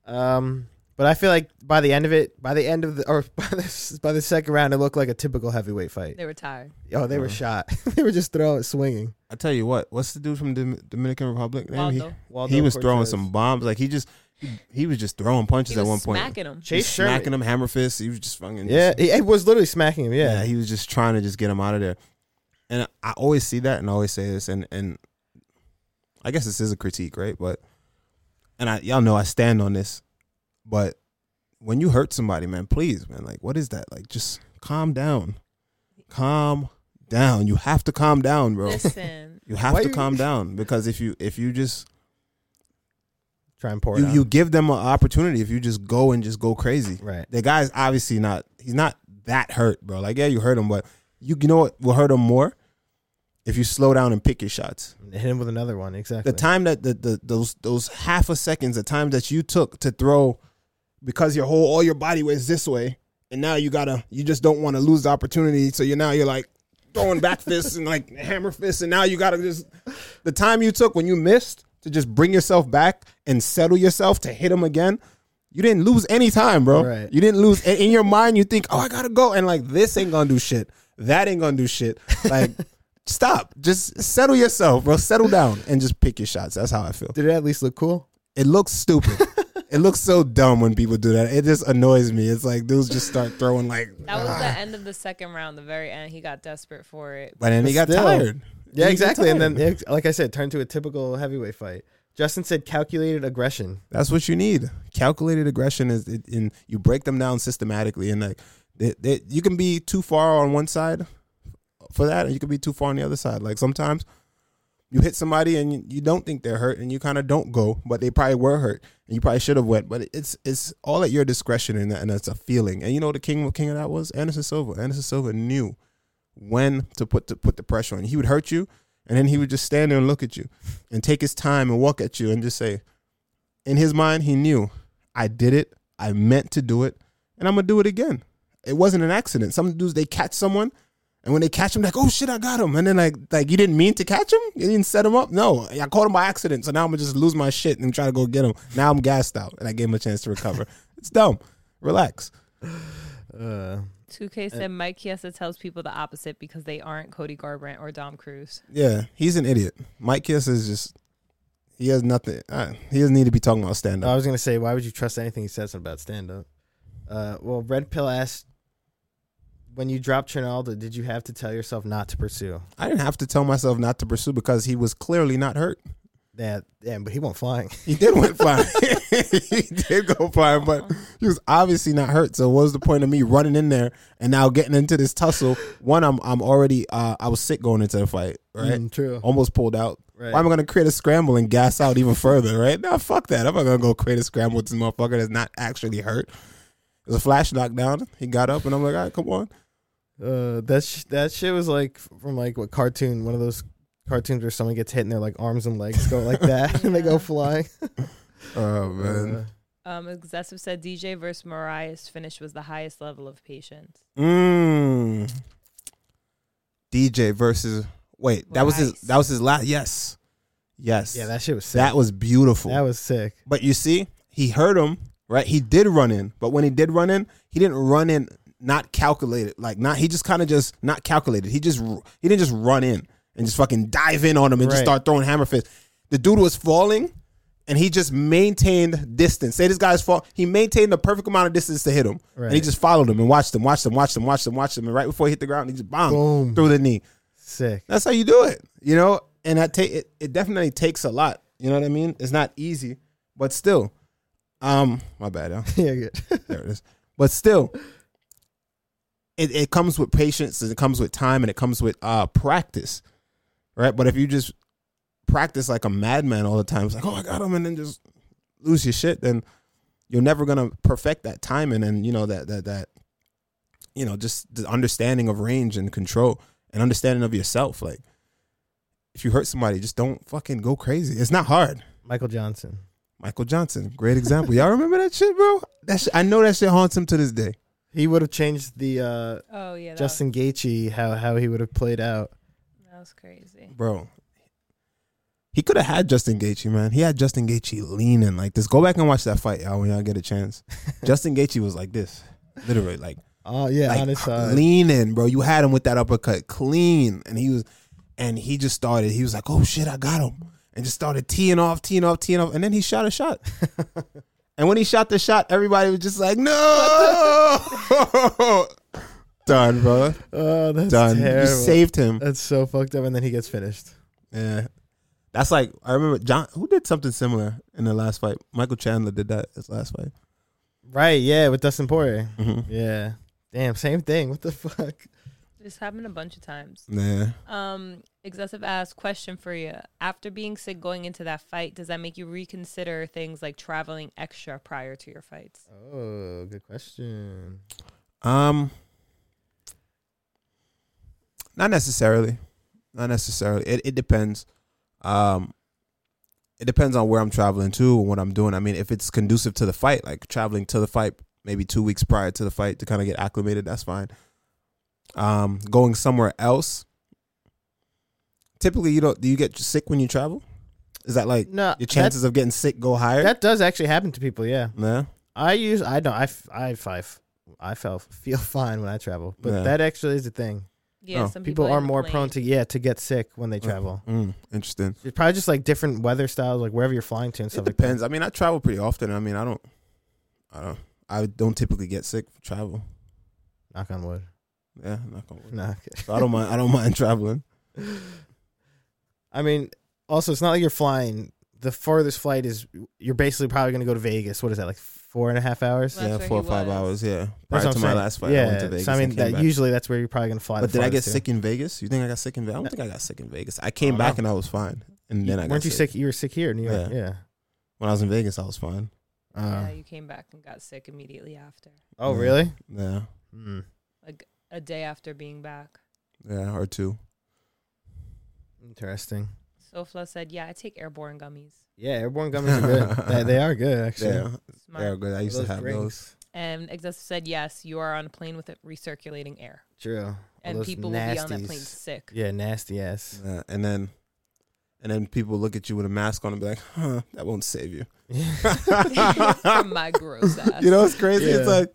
Speaker 2: Um, but I feel like by the end of it, by the end of the or by the by the second round, it looked like a typical heavyweight fight.
Speaker 3: They were tired.
Speaker 2: Oh, they were
Speaker 1: Uh-huh.
Speaker 2: shot. they were just throwing, swinging.
Speaker 1: I tell you what, what's the dude from Dom- Dominican Republic? name? He,
Speaker 3: Waldo.
Speaker 2: Waldo
Speaker 1: he was throwing
Speaker 2: Cortez.
Speaker 1: some bombs. Like he just he, he was just throwing punches
Speaker 3: He was
Speaker 1: at one point.
Speaker 3: smacking him.
Speaker 1: He was
Speaker 2: Chase Sherman.
Speaker 1: smacking him hammer fists. He was just fucking
Speaker 2: Yeah, he, he was literally smacking him.
Speaker 1: yeah.
Speaker 2: Yeah,
Speaker 1: He was just trying to just get him out of there. And I always see that, and I always say this, and and I guess this is a critique, right? But and I y'all know I stand on this, but when you hurt somebody, man, please, man, like what is that? Like just calm down, calm down. You have to calm down, bro.
Speaker 3: Listen,
Speaker 1: You have
Speaker 2: Why
Speaker 1: to
Speaker 2: you-
Speaker 1: calm down because if you if you just
Speaker 2: try and pour it
Speaker 1: you,
Speaker 2: on.
Speaker 1: you give them an opportunity if you just go and just go crazy.
Speaker 2: right.
Speaker 1: The guy's obviously not he's not that hurt, bro. Like yeah, you hurt him, but you, you know what will hurt him more if you slow down and pick your shots.
Speaker 2: Hit him with another one. Exactly.
Speaker 1: The time that the, the those those half a seconds, the time that you took to throw because your whole all your body weight is this way, and now you gotta you just don't want to lose the opportunity. So you're now you're like throwing back fists and like hammer fists, and now you gotta just the time you took when you missed to just bring yourself back and settle yourself to hit him again. You didn't lose any time, bro.
Speaker 2: Right.
Speaker 1: You didn't lose. In in your mind, you think, "Oh, I gotta go," and like this ain't gonna do shit. That ain't gonna do shit. Like, stop. Just settle yourself, bro. Settle down and just pick your shots. That's how I feel.
Speaker 2: Did it at least look cool?
Speaker 1: It looks stupid. it looks so dumb when people do that. It just annoys me. It's like dudes just start throwing like.
Speaker 3: that was
Speaker 1: "Ah."
Speaker 3: the end of the second round, the very end. He got desperate for it.
Speaker 1: But then he got
Speaker 2: Still.
Speaker 1: tired.
Speaker 2: Yeah,
Speaker 1: He got
Speaker 2: exactly. And then,
Speaker 1: tired.
Speaker 2: ex- like I said, turned to a typical heavyweight fight. Justin said calculated aggression.
Speaker 1: That's what you need. Calculated aggression is, it, and you break them down systematically. And like, they, they, you can be too far on one side for that, and you can be too far on the other side. Like sometimes you hit somebody and you, you don't think they're hurt, and you kind of don't go, but they probably were hurt, and you probably should have went. But it's it's all at your discretion, and that, and it's a feeling. And you know the king what king of that was Anderson Silva. Anderson Silva knew when to put to put the pressure on. He would hurt you, and then he would just stand there and look at you, and take his time and walk at you, and just say, in his mind, he knew, I did it, I meant to do it, and I'm gonna do it again. It wasn't an accident. Some dudes they catch someone, and when they catch him, like, oh shit, I got him, and then like like you didn't mean to catch him, you didn't set him up. No, I caught him by accident, so now I'm gonna just lose my shit and try to go get him. Now I'm gassed out, and I gave him a chance to recover. it's dumb. Relax.
Speaker 2: Uh,
Speaker 3: 2K said Mike Chiesa tells people the opposite because they aren't Cody Garbrandt or Dom Cruz.
Speaker 1: Yeah, he's an idiot. Mike Kiss is just he has nothing. Uh, he doesn't need to be talking about stand
Speaker 2: I
Speaker 1: up.
Speaker 2: was gonna say, why would you trust anything he says about stand up? Uh, well, Red Pill asked, when you dropped Trinaldo, did you have to tell yourself not to pursue?
Speaker 1: I didn't have to tell myself not to pursue because he was clearly not hurt.
Speaker 2: Yeah, yeah, but he won't flying.
Speaker 1: He did went flying. he did go flying, but he was obviously not hurt. So what was the point of me running in there and now getting into this tussle? One, I'm I'm already uh, I was sick going into the fight, right?
Speaker 2: Mm, true.
Speaker 1: Almost pulled out.
Speaker 2: Right.
Speaker 1: Why am I gonna create a scramble and gas out even further, right? Nah, fuck that. I'm not gonna go create a scramble with this motherfucker that's not actually hurt. It was a flash knockdown. He got up and I'm like, all right, come on.
Speaker 2: Uh, that sh- that shit was like from like what cartoon? One of those cartoons where someone gets hit and their like arms and legs go like that and they
Speaker 3: Yeah.
Speaker 2: go flying.
Speaker 1: Oh man.
Speaker 2: Uh,
Speaker 3: Um, Excessive said DJ versus Mariah's finish was the highest level of patience.
Speaker 1: Mm. DJ versus wait, that was his
Speaker 3: Rice.
Speaker 1: that was his last yes. Yes.
Speaker 2: yeah, that shit was sick.
Speaker 1: that was beautiful.
Speaker 2: that was sick.
Speaker 1: but you see, he hurt him, right? He did run in, but when he did run in, he didn't run in not calculated. Like not he just kind of just not calculated. He just he didn't just run in and just fucking dive in on him and just
Speaker 2: Right.
Speaker 1: start throwing hammer fists. The dude was falling and he just maintained distance. Say this guy's fall, he maintained the perfect amount of distance to hit him. And he
Speaker 2: Right.
Speaker 1: just followed him and watched him, watched him, watched him, watched him, watched him. And right before he hit the ground, he just bombed
Speaker 2: Boom.
Speaker 1: through the knee.
Speaker 2: Sick.
Speaker 1: That's how you do it, you know. And that take it, it definitely takes a lot. You know what I mean? It's not easy, but still, um, my bad, y'all.
Speaker 2: yeah, good.
Speaker 1: There it is. But still, it, it comes with patience, and it comes with time, and it comes with uh practice, right? But if you just practice like a madman all the time, it's like, oh, I got him, and then just lose your shit, then you're never gonna perfect that timing, and you know that that that you know just the understanding of range and control and understanding of yourself. Like, if you hurt somebody, just don't fucking go crazy. It's not hard.
Speaker 2: Michael Johnson.
Speaker 1: Michael Johnson, great example. Y'all remember that shit, bro? That shit, I know that shit haunts him to this day.
Speaker 2: He would have changed the uh,
Speaker 3: Oh yeah, that,
Speaker 2: Justin Gaethje how how he would have played out.
Speaker 3: was, that was crazy.
Speaker 1: bro. He could have had Justin Gaethje, man. He had Justin Gaethje leaning like this. Go back and watch that fight, y'all, when y'all get a chance. Justin Gaethje was like this, literally, like,
Speaker 2: Oh yeah,
Speaker 1: like
Speaker 2: on his side.
Speaker 1: leaning, bro. You had him with that uppercut, clean, and he was, and he just started. He was like, "Oh shit, I got him," and just started teeing off, teeing off, teeing off, and then he shot a shot. and when he shot the shot, everybody was just like, "No." Done, bro.
Speaker 2: oh, that's
Speaker 1: Done. You
Speaker 2: terrible.
Speaker 1: saved him.
Speaker 2: that's so fucked up, and then he gets finished.
Speaker 1: Yeah. That's like I remember John who did something similar in the last fight. Michael Chandler did that his last fight.
Speaker 2: Right? Yeah, with Dustin Poirier.
Speaker 1: Mm-hmm.
Speaker 2: Yeah. Damn, same thing. What the fuck?
Speaker 3: This happened a bunch of times.
Speaker 1: Yeah.
Speaker 3: Um, excessive ass question for you. After being sick going into that fight, does that make you reconsider things like traveling extra prior to your fights?
Speaker 2: Oh, good question.
Speaker 1: Um not necessarily. Not necessarily. It it depends. Um it depends on where I'm traveling to and what I'm doing. I mean, if it's conducive to the fight, like traveling to the fight maybe 2 weeks prior to the fight to kind of get acclimated, that's fine. Um going somewhere else Typically, you don't do you get sick when you travel? Is that like
Speaker 2: No,
Speaker 1: your chances of getting sick go higher.
Speaker 2: that, that does actually happen to people. Yeah,
Speaker 1: yeah,
Speaker 2: I use I don't I f- I five. I felt feel fine when I travel, but
Speaker 1: Yeah.
Speaker 2: that actually is a thing.
Speaker 3: Yeah,
Speaker 1: Oh.
Speaker 3: some
Speaker 2: People,
Speaker 3: in
Speaker 2: are
Speaker 3: the
Speaker 2: more
Speaker 3: plane-
Speaker 2: prone to yeah to get sick when they
Speaker 1: Uh,
Speaker 2: travel.
Speaker 1: mm, interesting.
Speaker 2: It's probably just like different weather styles, like wherever you're flying to and
Speaker 1: It
Speaker 2: stuff. like that.
Speaker 1: depends. I mean, I travel pretty often. I mean, I don't, I don't, I don't typically get sick from travel.
Speaker 2: Knock on wood.
Speaker 1: Yeah, I'm not gonna. Work.
Speaker 2: Nah.
Speaker 1: So I don't mind. I don't mind traveling.
Speaker 2: I mean, also it's not like you're flying the farthest flight is you're basically probably going to go to Vegas. What is that like four and a half hours?
Speaker 3: Well, that's
Speaker 1: yeah,
Speaker 3: where
Speaker 1: four or
Speaker 3: he
Speaker 1: five
Speaker 3: was.
Speaker 1: hours. Yeah,
Speaker 2: That's
Speaker 1: prior
Speaker 2: what
Speaker 1: to
Speaker 2: I'm
Speaker 1: my
Speaker 2: saying.
Speaker 1: last flight,
Speaker 2: yeah.
Speaker 1: I went to Vegas.
Speaker 2: so I mean,
Speaker 1: and came
Speaker 2: that
Speaker 1: back.
Speaker 2: usually that's where you're probably going to fly.
Speaker 1: But
Speaker 2: the
Speaker 1: did I get
Speaker 2: farthest to.
Speaker 1: sick in Vegas? You think I got sick in Vegas? I don't think I got sick in Vegas. I came
Speaker 2: Oh,
Speaker 1: back
Speaker 2: no.
Speaker 1: and I was fine, and then I got
Speaker 2: Weren't you sick? You were sick here in New York.
Speaker 1: Yeah.
Speaker 2: Yeah.
Speaker 1: when I was in Vegas. I was fine.
Speaker 2: Uh,
Speaker 3: yeah, you came back and got sick immediately after,
Speaker 2: oh,
Speaker 1: Yeah.
Speaker 2: really?
Speaker 1: Yeah,
Speaker 2: Mm.
Speaker 3: a day after being back.
Speaker 1: yeah, or two.
Speaker 2: Interesting.
Speaker 3: Sofla said, "Yeah, I take airborne gummies.
Speaker 2: Yeah, airborne gummies are good. they, they are good, actually.
Speaker 1: Yeah,
Speaker 3: Smart."
Speaker 1: yeah, good. I used to
Speaker 2: Those
Speaker 1: have those.
Speaker 2: drinks.
Speaker 3: And Excessive said, "Yes, you are on a plane with it recirculating air,
Speaker 2: True. All
Speaker 3: and
Speaker 2: those
Speaker 3: people will be on that plane
Speaker 2: nasties.
Speaker 3: sick."
Speaker 2: Yeah, nasty ass.
Speaker 1: Yeah, and then, and then people look at you with a mask on and be like, "Huh, that won't save you."
Speaker 3: From my gross ass.
Speaker 1: You know, it's crazy. It's
Speaker 2: Yeah.
Speaker 1: like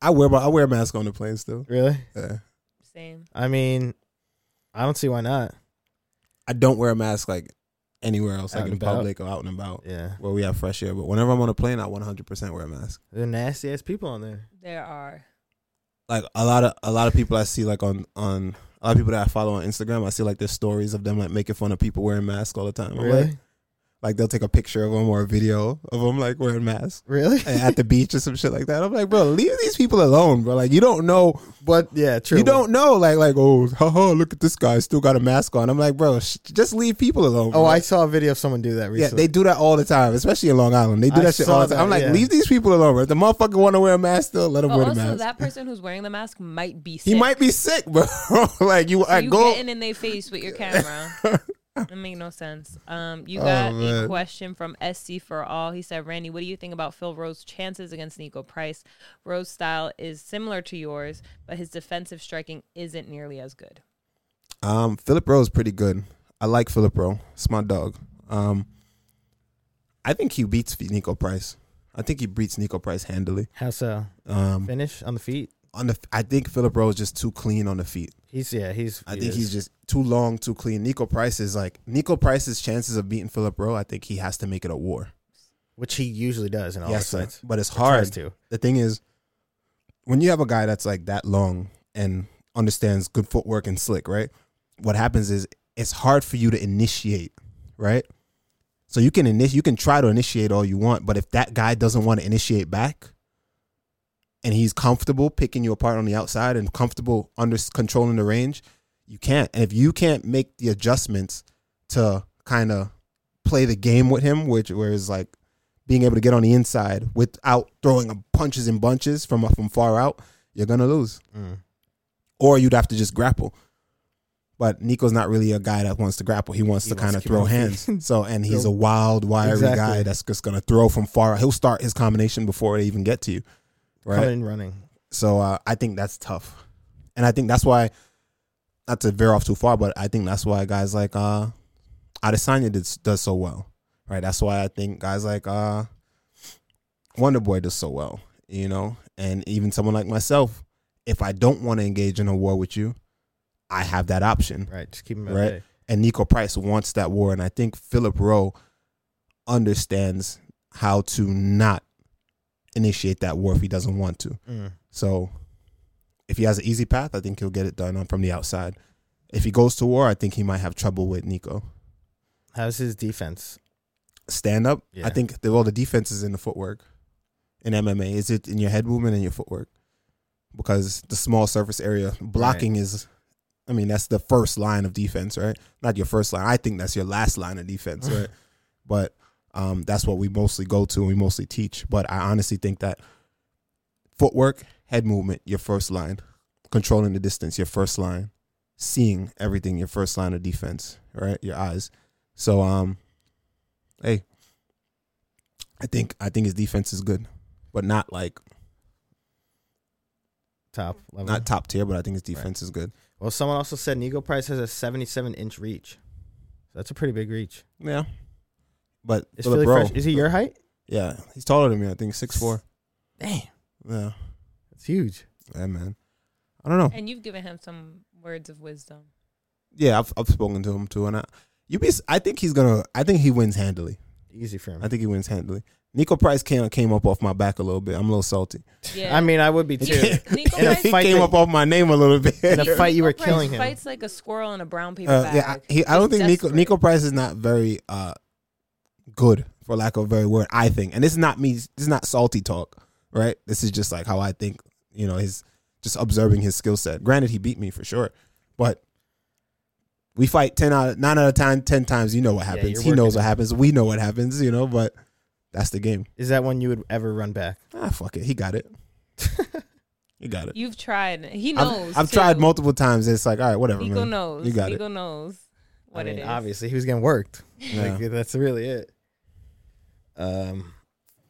Speaker 1: I wear my I wear a mask on the plane still.
Speaker 2: really?
Speaker 1: Yeah.
Speaker 3: Same.
Speaker 2: I mean, I don't see why not.
Speaker 1: I don't wear a mask like anywhere else,
Speaker 2: Out
Speaker 1: like
Speaker 2: and
Speaker 1: in
Speaker 2: about.
Speaker 1: public or out and about
Speaker 2: Yeah,
Speaker 1: where we have fresh air. But whenever I'm on a plane, I 100% wear a mask.
Speaker 2: they're nasty ass people on there.
Speaker 3: There are.
Speaker 1: Like a lot of a lot of people I see like on on a lot of people that I follow on Instagram, I see like their stories of them like making fun of people wearing masks all the time. I'm Like,
Speaker 2: Really?
Speaker 1: like they'll take a picture of them or a video of them like wearing masks.
Speaker 2: Really?
Speaker 1: and at the beach or some shit like that. I'm like, bro, leave these people alone, bro. Like, you don't know, but
Speaker 2: yeah, true.
Speaker 1: you don't know. Like, like, oh, haha, look at this guy, still got a mask on. I'm like, bro, sh- just leave people alone.
Speaker 2: Oh,
Speaker 1: bro.
Speaker 2: I saw a video of someone do that
Speaker 1: yeah,
Speaker 2: recently.
Speaker 1: they do that all the time, especially in Long Island. They do
Speaker 2: I
Speaker 1: that shit
Speaker 2: saw
Speaker 1: all the time. I'm
Speaker 2: that,
Speaker 1: like,
Speaker 2: yeah.
Speaker 1: leave these people alone, bro. If the motherfucker want to wear a mask, still let him
Speaker 3: But
Speaker 1: wear the
Speaker 3: Oh, also,
Speaker 1: mask.
Speaker 3: that person who's wearing the mask might be sick.
Speaker 1: he might be sick, bro. like, you,
Speaker 3: So
Speaker 1: I
Speaker 3: you
Speaker 1: go.
Speaker 3: getting in their face with your camera. that make no sense. Um, you
Speaker 1: Oh,
Speaker 3: got a
Speaker 1: man.
Speaker 3: question from SC for all. He said, Randy, what do you think about Phil Rowe's chances against Nico Price? Rowe's style is similar to yours, but his defensive striking isn't nearly as good.
Speaker 1: Um, Philip Rowe is pretty good. I like Philip Rowe. It's my dog. Um, I think he beats Nico Price. I think he beats Nico Price handily.
Speaker 2: How so?
Speaker 1: Um,
Speaker 2: Finish on the feet.
Speaker 1: on the I think Philip Rowe is just too clean on the feet.
Speaker 2: He's yeah. He's.
Speaker 1: I
Speaker 2: he
Speaker 1: think
Speaker 2: is.
Speaker 1: he's just too long, too clean. Nico Price is like Nico Price's chances of beating Philip Rowe. I think he has to make it a war.
Speaker 2: which he usually does in all
Speaker 1: Yes,
Speaker 2: yes,
Speaker 1: sir.
Speaker 2: fights.
Speaker 1: but it's
Speaker 2: Or tries
Speaker 1: hard.
Speaker 2: to.
Speaker 1: The thing is, when you have a guy that's like that long and understands good footwork and slick, right? What happens is it's hard for you to initiate, right? So you can init- you can try to initiate all you want, but if that guy doesn't want to initiate back, and he's comfortable picking you apart on the outside and comfortable under controlling the range, you can't. And if you can't make the adjustments to kind of play the game with him, which whereas like being able to get on the inside without throwing a punches and bunches from from far out, you're gonna lose.
Speaker 2: Mm.
Speaker 1: Or you'd have to just grapple. But Nico's not really a guy that wants to grapple. He wants
Speaker 2: He
Speaker 1: to
Speaker 2: wants
Speaker 1: kind
Speaker 2: to
Speaker 1: of
Speaker 2: keep
Speaker 1: throw
Speaker 2: on
Speaker 1: hands.
Speaker 2: feet.
Speaker 1: So and he's
Speaker 2: Throw-
Speaker 1: a wild, wiry
Speaker 2: Exactly.
Speaker 1: guy that's just gonna throw from far out. He'll start his combination before they even get to you. Right.
Speaker 2: Coming and running.
Speaker 1: So uh, I think that's tough, and I think that's why, not to veer off too far, but I think that's why guys like uh, Adesanya did, does so well, right? That's why I think guys like uh, Wonder Boy does so well, you know, and even someone like myself, if I don't want to engage in a war with you, I have that option
Speaker 2: Right. Just keep him at
Speaker 1: Right.
Speaker 2: bay.
Speaker 1: and Nico Price wants that war. And I think Philip Rowe understands how to not initiate that war if he doesn't want to.
Speaker 2: Mm.
Speaker 1: So if he has an easy path, I think he'll get it done on from the outside. If he goes to war, I think he might have trouble with Nico.
Speaker 2: How's his defense?
Speaker 1: Stand up,
Speaker 2: Yeah.
Speaker 1: I think the, well the defense is in the footwork. In MMA, is it in your head movement and your footwork? Because the small surface area blocking is, I mean, that's the first line of defense, right? Not your first line. I think that's your last line of defense, right? but um, that's what we mostly go to and we mostly teach. But I honestly think that footwork, head movement, your first line, controlling the distance, your first line, seeing everything, your first line of defense, right? Your eyes. So, um, hey, I think I think his defense is good, but not like
Speaker 2: Top level.
Speaker 1: not top tier. But I think his defense is good.
Speaker 2: well, someone also said Nico Price has a 77 inch reach. So that's a pretty big reach.
Speaker 1: Yeah, but
Speaker 2: Is
Speaker 1: Philip
Speaker 2: Philly
Speaker 1: Rowe,
Speaker 2: Fresh? Is he your height?
Speaker 1: Yeah, he's taller than me. I think six four.
Speaker 2: Damn,
Speaker 1: Yeah,
Speaker 2: that's huge.
Speaker 1: yeah, man. I don't know.
Speaker 3: And you've given him some words of wisdom.
Speaker 1: Yeah, I've I've spoken to him too, and I you be I think he's gonna I think he wins handily.
Speaker 2: Easy for him.
Speaker 1: I think he wins handily. Nico Price came came up off my back a little bit. I'm a little salty.
Speaker 3: Yeah.
Speaker 2: I mean, I would be too.
Speaker 3: Nico, Nico
Speaker 2: In a
Speaker 3: Price,
Speaker 1: he
Speaker 2: fight
Speaker 1: came
Speaker 2: that-
Speaker 1: up off my name a little bit.
Speaker 2: In a fight, you were
Speaker 3: Nico Price
Speaker 2: killing him.
Speaker 3: fights like a squirrel in a brown paper
Speaker 1: Uh,
Speaker 3: bag.
Speaker 1: yeah, I, he, I don't
Speaker 3: He's
Speaker 1: think Nico
Speaker 3: desperate.
Speaker 1: Nico Price is not very uh good, for lack of a better word. I think, and this is not me. This is not salty talk, right? This is just like how I think. You know, his just observing his skill set. Granted, he beat me for sure, but we fight ten out of nine out of time, ten times. You know what happens.
Speaker 2: you're
Speaker 1: he knows
Speaker 2: working
Speaker 1: what happens. We know what happens. You know, but that's the game.
Speaker 2: Is that one you would ever run back?
Speaker 1: Ah, fuck it. He got it. he got it.
Speaker 3: You've tried.
Speaker 1: I've-
Speaker 3: He knows.
Speaker 1: I've,
Speaker 3: too.
Speaker 1: tried multiple times. It's like, all right, whatever,
Speaker 3: Nico
Speaker 1: man.
Speaker 3: knows.
Speaker 1: You got it.
Speaker 3: Nico knows what
Speaker 2: I mean,
Speaker 3: it is.
Speaker 2: Obviously, he was getting worked.
Speaker 1: Yeah.
Speaker 2: Like that's really it. Um,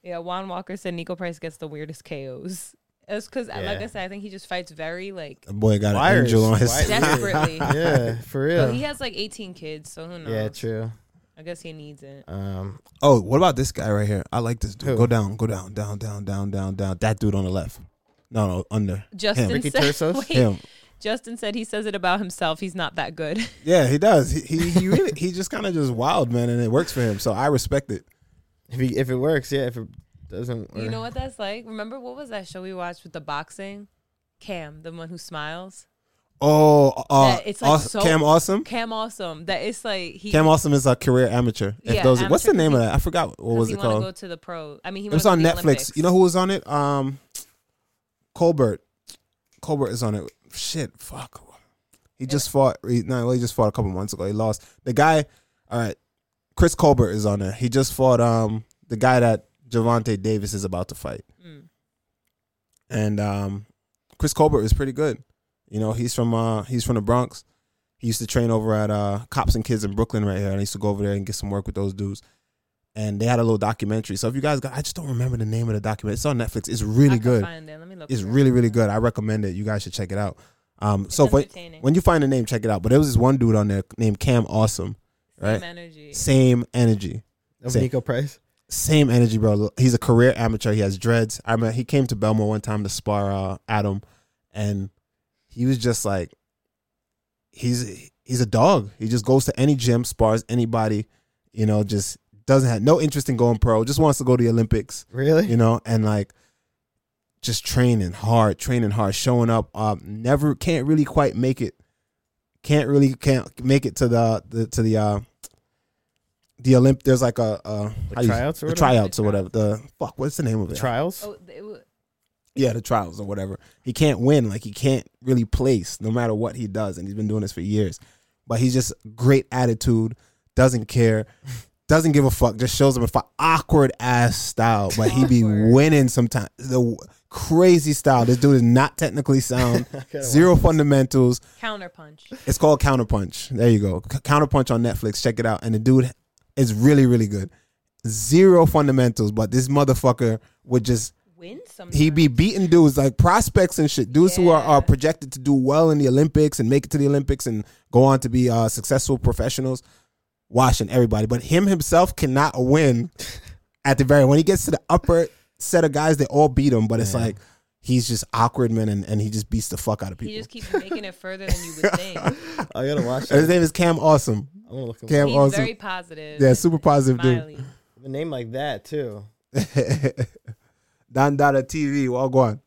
Speaker 3: Yeah, Juan Walker said Nico Price gets the weirdest KOs. It's because, like
Speaker 2: Yeah.
Speaker 3: I said, I think he just fights very like
Speaker 1: The boy got an
Speaker 2: Wires.
Speaker 1: angel on his.
Speaker 2: Wires.
Speaker 3: desperately.
Speaker 2: yeah, for
Speaker 3: But
Speaker 2: real.
Speaker 3: he has like 18 kids, so who knows?
Speaker 2: Yeah, true.
Speaker 3: I guess he needs it.
Speaker 2: Um,
Speaker 1: Oh, what about this guy right here? I like this dude.
Speaker 2: Who?
Speaker 1: Go down, go down, down, down, down, down, down. That dude on the left. No, no, under
Speaker 3: Justin
Speaker 1: Ricky
Speaker 3: said.
Speaker 2: Tersos?
Speaker 3: Wait,
Speaker 1: him.
Speaker 3: Justin said he says it about himself. He's not that good.
Speaker 1: Yeah, he does. He he, he really he just kind of just wild man, and it works for him. So I respect it.
Speaker 2: if he, if it works, yeah. If it doesn't,
Speaker 3: you
Speaker 2: or-
Speaker 3: know what that's like? Remember what was that show we watched with the boxing? Cam, the one who smiles.
Speaker 1: Oh, uh,
Speaker 3: Yeah, it's like
Speaker 1: Aws-
Speaker 3: so-
Speaker 1: Cam Awesome.
Speaker 3: Cam Awesome. That it's like he
Speaker 1: Cam Awesome is a career amateur. If
Speaker 3: Yeah,
Speaker 1: those, what's the
Speaker 3: amateur
Speaker 1: name of that? I forgot what was
Speaker 3: he
Speaker 1: it
Speaker 3: wanna
Speaker 1: called.
Speaker 3: go to the pro. I mean, he
Speaker 1: It was on Netflix. You know who was on it? Um, Colbert. Colbert is on it. Shit, fuck. He just fought. He, no, well, he just fought a couple months ago. He lost. The guy. All right, Chris Colbert is on there. He just fought um the guy that Javante Davis is about to fight,
Speaker 3: Mm.
Speaker 1: and um Chris Colbert is pretty good. You know, he's from uh he's from the Bronx. He used to train over at uh Cops and Kids in Brooklyn right here, and I used to go over there and get some work with those dudes. And they had a little documentary. So if you guys got, I just don't remember the name of the documentary. It's on Netflix. It's really good. It's really really good. I recommend it. You guys should check it out. Um, so when,
Speaker 3: entertaining.
Speaker 1: when you find the name, check it out. But there was this one dude on there named Cam Awesome, right?
Speaker 3: Same energy.
Speaker 1: Same energy,
Speaker 2: of
Speaker 1: Say-
Speaker 2: Nico Price.
Speaker 1: same energy, bro. He's a career amateur. He has dreads. I mean, he came to Belmore one time to spar uh, Adam, and he was just like, he's he's a dog. He just goes to any gym, spars anybody, you know, just doesn't have no interest in going pro. Just wants to go to the Olympics
Speaker 2: Really?
Speaker 1: you know, and like just training hard, training hard, showing up. Um, never can't really quite make it. Can't really can't make it to the, the to the uh the Olymp. There's like a uh
Speaker 2: the tryouts or
Speaker 1: the
Speaker 2: whatever?
Speaker 1: tryouts or whatever. The fuck, what's the name of
Speaker 2: The
Speaker 1: it?
Speaker 2: trials.
Speaker 3: Oh, th- it w-
Speaker 1: yeah, the trials or whatever. He can't win. Like he can't really place no matter what he does, and he's been doing this for years. But he's just great attitude, doesn't care, doesn't give a fuck. Just shows him a fu- awkward ass style, but he be
Speaker 3: Awkward.
Speaker 1: winning sometimes. The w- crazy style. This dude is not technically sound. Zero fundamentals.
Speaker 3: counterpunch.
Speaker 1: It's called Counterpunch. There you go. C- Counterpunch on Netflix. Check it out. And the dude is really, really good. Zero fundamentals, but this motherfucker would just
Speaker 3: Win some.
Speaker 1: he be beating dudes like prospects and shit. Dudes who are, are
Speaker 3: Yeah.
Speaker 1: projected to do well in the Olympics and make it to the Olympics and go on to be uh, successful professionals, washing everybody. But him himself cannot win at the very when he gets to the upper set of guys, they all beat him. But it's
Speaker 2: Yeah.
Speaker 1: like he's just awkward man and, and he just beats the fuck out of
Speaker 3: He
Speaker 1: people.
Speaker 3: just keeps making it further than you would think.
Speaker 2: I gotta watch
Speaker 1: And his
Speaker 2: that.
Speaker 1: name is Cam Awesome.
Speaker 2: I'm gonna look him
Speaker 1: Cam
Speaker 3: He's
Speaker 1: Awesome.
Speaker 3: very positive.
Speaker 1: yeah,
Speaker 3: and
Speaker 1: super positive dude.
Speaker 3: smiley.
Speaker 2: up. A name like that too.
Speaker 1: Don Dada TV, walk on.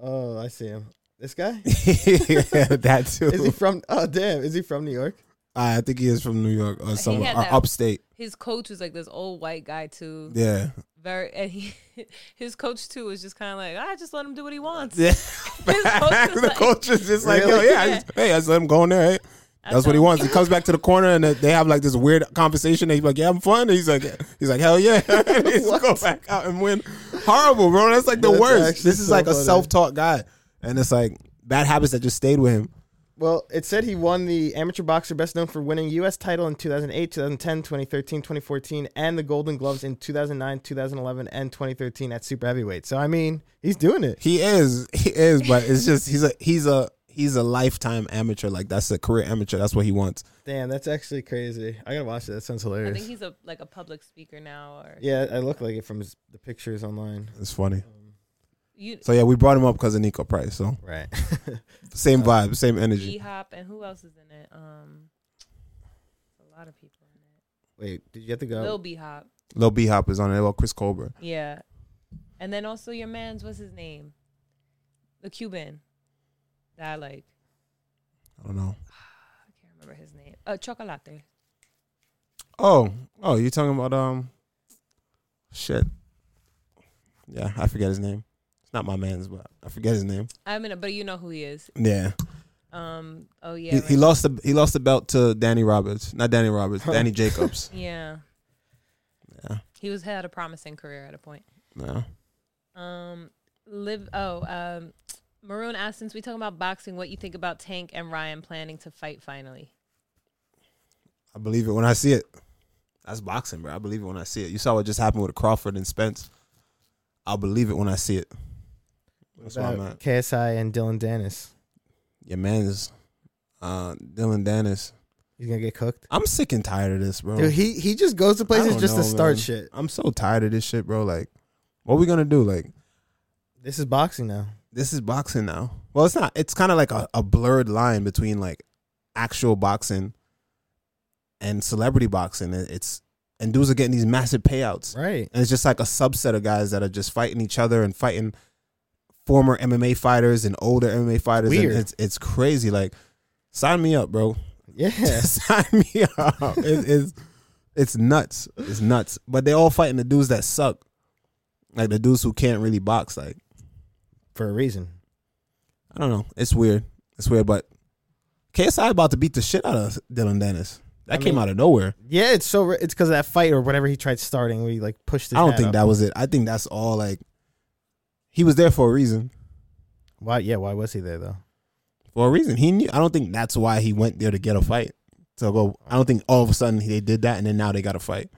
Speaker 2: Oh, I see him. This guy?
Speaker 1: that too.
Speaker 2: Is he from? Oh, damn! Is he from New York?
Speaker 1: I think he is from New York or somewhere
Speaker 3: had
Speaker 1: or
Speaker 3: that-
Speaker 1: upstate.
Speaker 3: His coach was like this old white guy too.
Speaker 1: Yeah.
Speaker 3: Very, and he, his coach too was just kind of like, I just let him do what he wants.
Speaker 1: Yeah.
Speaker 3: coach is
Speaker 1: the
Speaker 3: like-
Speaker 1: coach is just like, yo,
Speaker 2: Really?
Speaker 1: yeah, I just- hey, I just let him go in there. Hey. That's what he wants. He comes back to the corner and they have like this weird conversation. And he's like, "Yeah, I'm fun." And he's like, "He's like, hell yeah!" And he's go back out and win. Horrible, bro. That's like the
Speaker 2: That's
Speaker 1: worst.
Speaker 2: actually
Speaker 1: This is
Speaker 2: so
Speaker 1: like a
Speaker 2: funny.
Speaker 1: self-taught guy, and it's like bad habits that just stayed with him.
Speaker 2: Well, it said he won the amateur boxer best known for winning U.S. title in 2008, 2010, 2013, 2014, and the Golden Gloves in 2009, 2011, and 2013 at super heavyweight. So I mean, he's doing it.
Speaker 1: He is, he is, but it's just he's a he's a he's a lifetime amateur. Like that's a career amateur. That's what he wants.
Speaker 2: Damn, that's actually crazy. I gotta watch it. That sounds
Speaker 3: I
Speaker 2: hilarious.
Speaker 3: think he's a like a public speaker now, or
Speaker 2: yeah, I look like it from his, the pictures online.
Speaker 1: It's funny.
Speaker 3: you,
Speaker 1: So yeah, we brought him up because of Nico Price. So
Speaker 2: Right.
Speaker 1: same vibe, same
Speaker 3: E
Speaker 1: energy.
Speaker 3: Hop, and who else is in it? Um, a lot of people in it.
Speaker 2: Wait, did you have to go?
Speaker 3: Lil B Hop,
Speaker 1: Lil B Hop is on it. Well, Chris Colbert.
Speaker 3: yeah, and then also your man's what's his name, the Cuban that I like.
Speaker 1: I don't know.
Speaker 3: I can't remember his name. Uh, Chocolate.
Speaker 1: Oh, oh, you're talking about um, shit. Yeah, I forget his name. It's not my man's, but I forget his name.
Speaker 3: I mean, but you know who he is.
Speaker 1: Yeah,
Speaker 3: Um. Oh yeah.
Speaker 1: he,
Speaker 3: right.
Speaker 1: he lost the he lost the belt to Danny Roberts, not Danny Roberts, Danny Jacobs.
Speaker 3: yeah.
Speaker 1: Yeah.
Speaker 3: He was had a promising career at a point.
Speaker 1: No,
Speaker 3: Um. Live. Oh. Um. Maroon asked, since we talking about boxing, what you think about Tank and Ryan planning to fight finally?
Speaker 1: I believe it when I see it. That's boxing, bro. I believe it when I see it. You saw what just happened with Crawford and Spence. I'll believe it when I see it. That's where I'm
Speaker 2: About
Speaker 1: at.
Speaker 2: KSI and Dylan Dennis.
Speaker 1: Your man is uh, Dylan Dennis.
Speaker 2: He's gonna get cooked.
Speaker 1: I'm sick and tired of this, bro.
Speaker 2: Dude, he he just goes to
Speaker 1: I
Speaker 2: places
Speaker 1: don't
Speaker 2: just
Speaker 1: know,
Speaker 2: to start
Speaker 1: man.
Speaker 2: shit.
Speaker 1: I'm so tired of this shit, bro. Like, what we gonna do? Like,
Speaker 2: This is boxing now.
Speaker 1: this is boxing now. Well, it's not. It's kind of like a, a blurred line between like actual boxing and celebrity boxing. It- It's and dudes are getting these massive payouts,
Speaker 2: Right.
Speaker 1: and it's just like a subset of guys that are just fighting each other and fighting former MMA fighters and older MMA fighters.
Speaker 2: Weird.
Speaker 1: And it's it's crazy. Like, sign me up, bro.
Speaker 2: Yeah.
Speaker 1: sign me up. It- it's it's nuts. It's nuts. But they all fighting the dudes that suck, like the dudes who can't really box. Like
Speaker 2: For a reason.
Speaker 1: I don't know. It's weird. It's weird. But KSI about to beat the shit out of Dylan Dennis. That
Speaker 2: I
Speaker 1: came
Speaker 2: mean-
Speaker 1: out of nowhere.
Speaker 2: Yeah, it's so it's because of that fight or whatever he tried starting. We like pushed. His
Speaker 1: I don't
Speaker 2: hat
Speaker 1: think
Speaker 2: up.
Speaker 1: that was it. I think that's all. Like he was there for a reason.
Speaker 2: Why? Yeah. Why was he there though?
Speaker 1: For a reason. He knew. I don't think that's why he went there to get a fight. So go. I don't think all of a sudden they did that and then now they got a fight.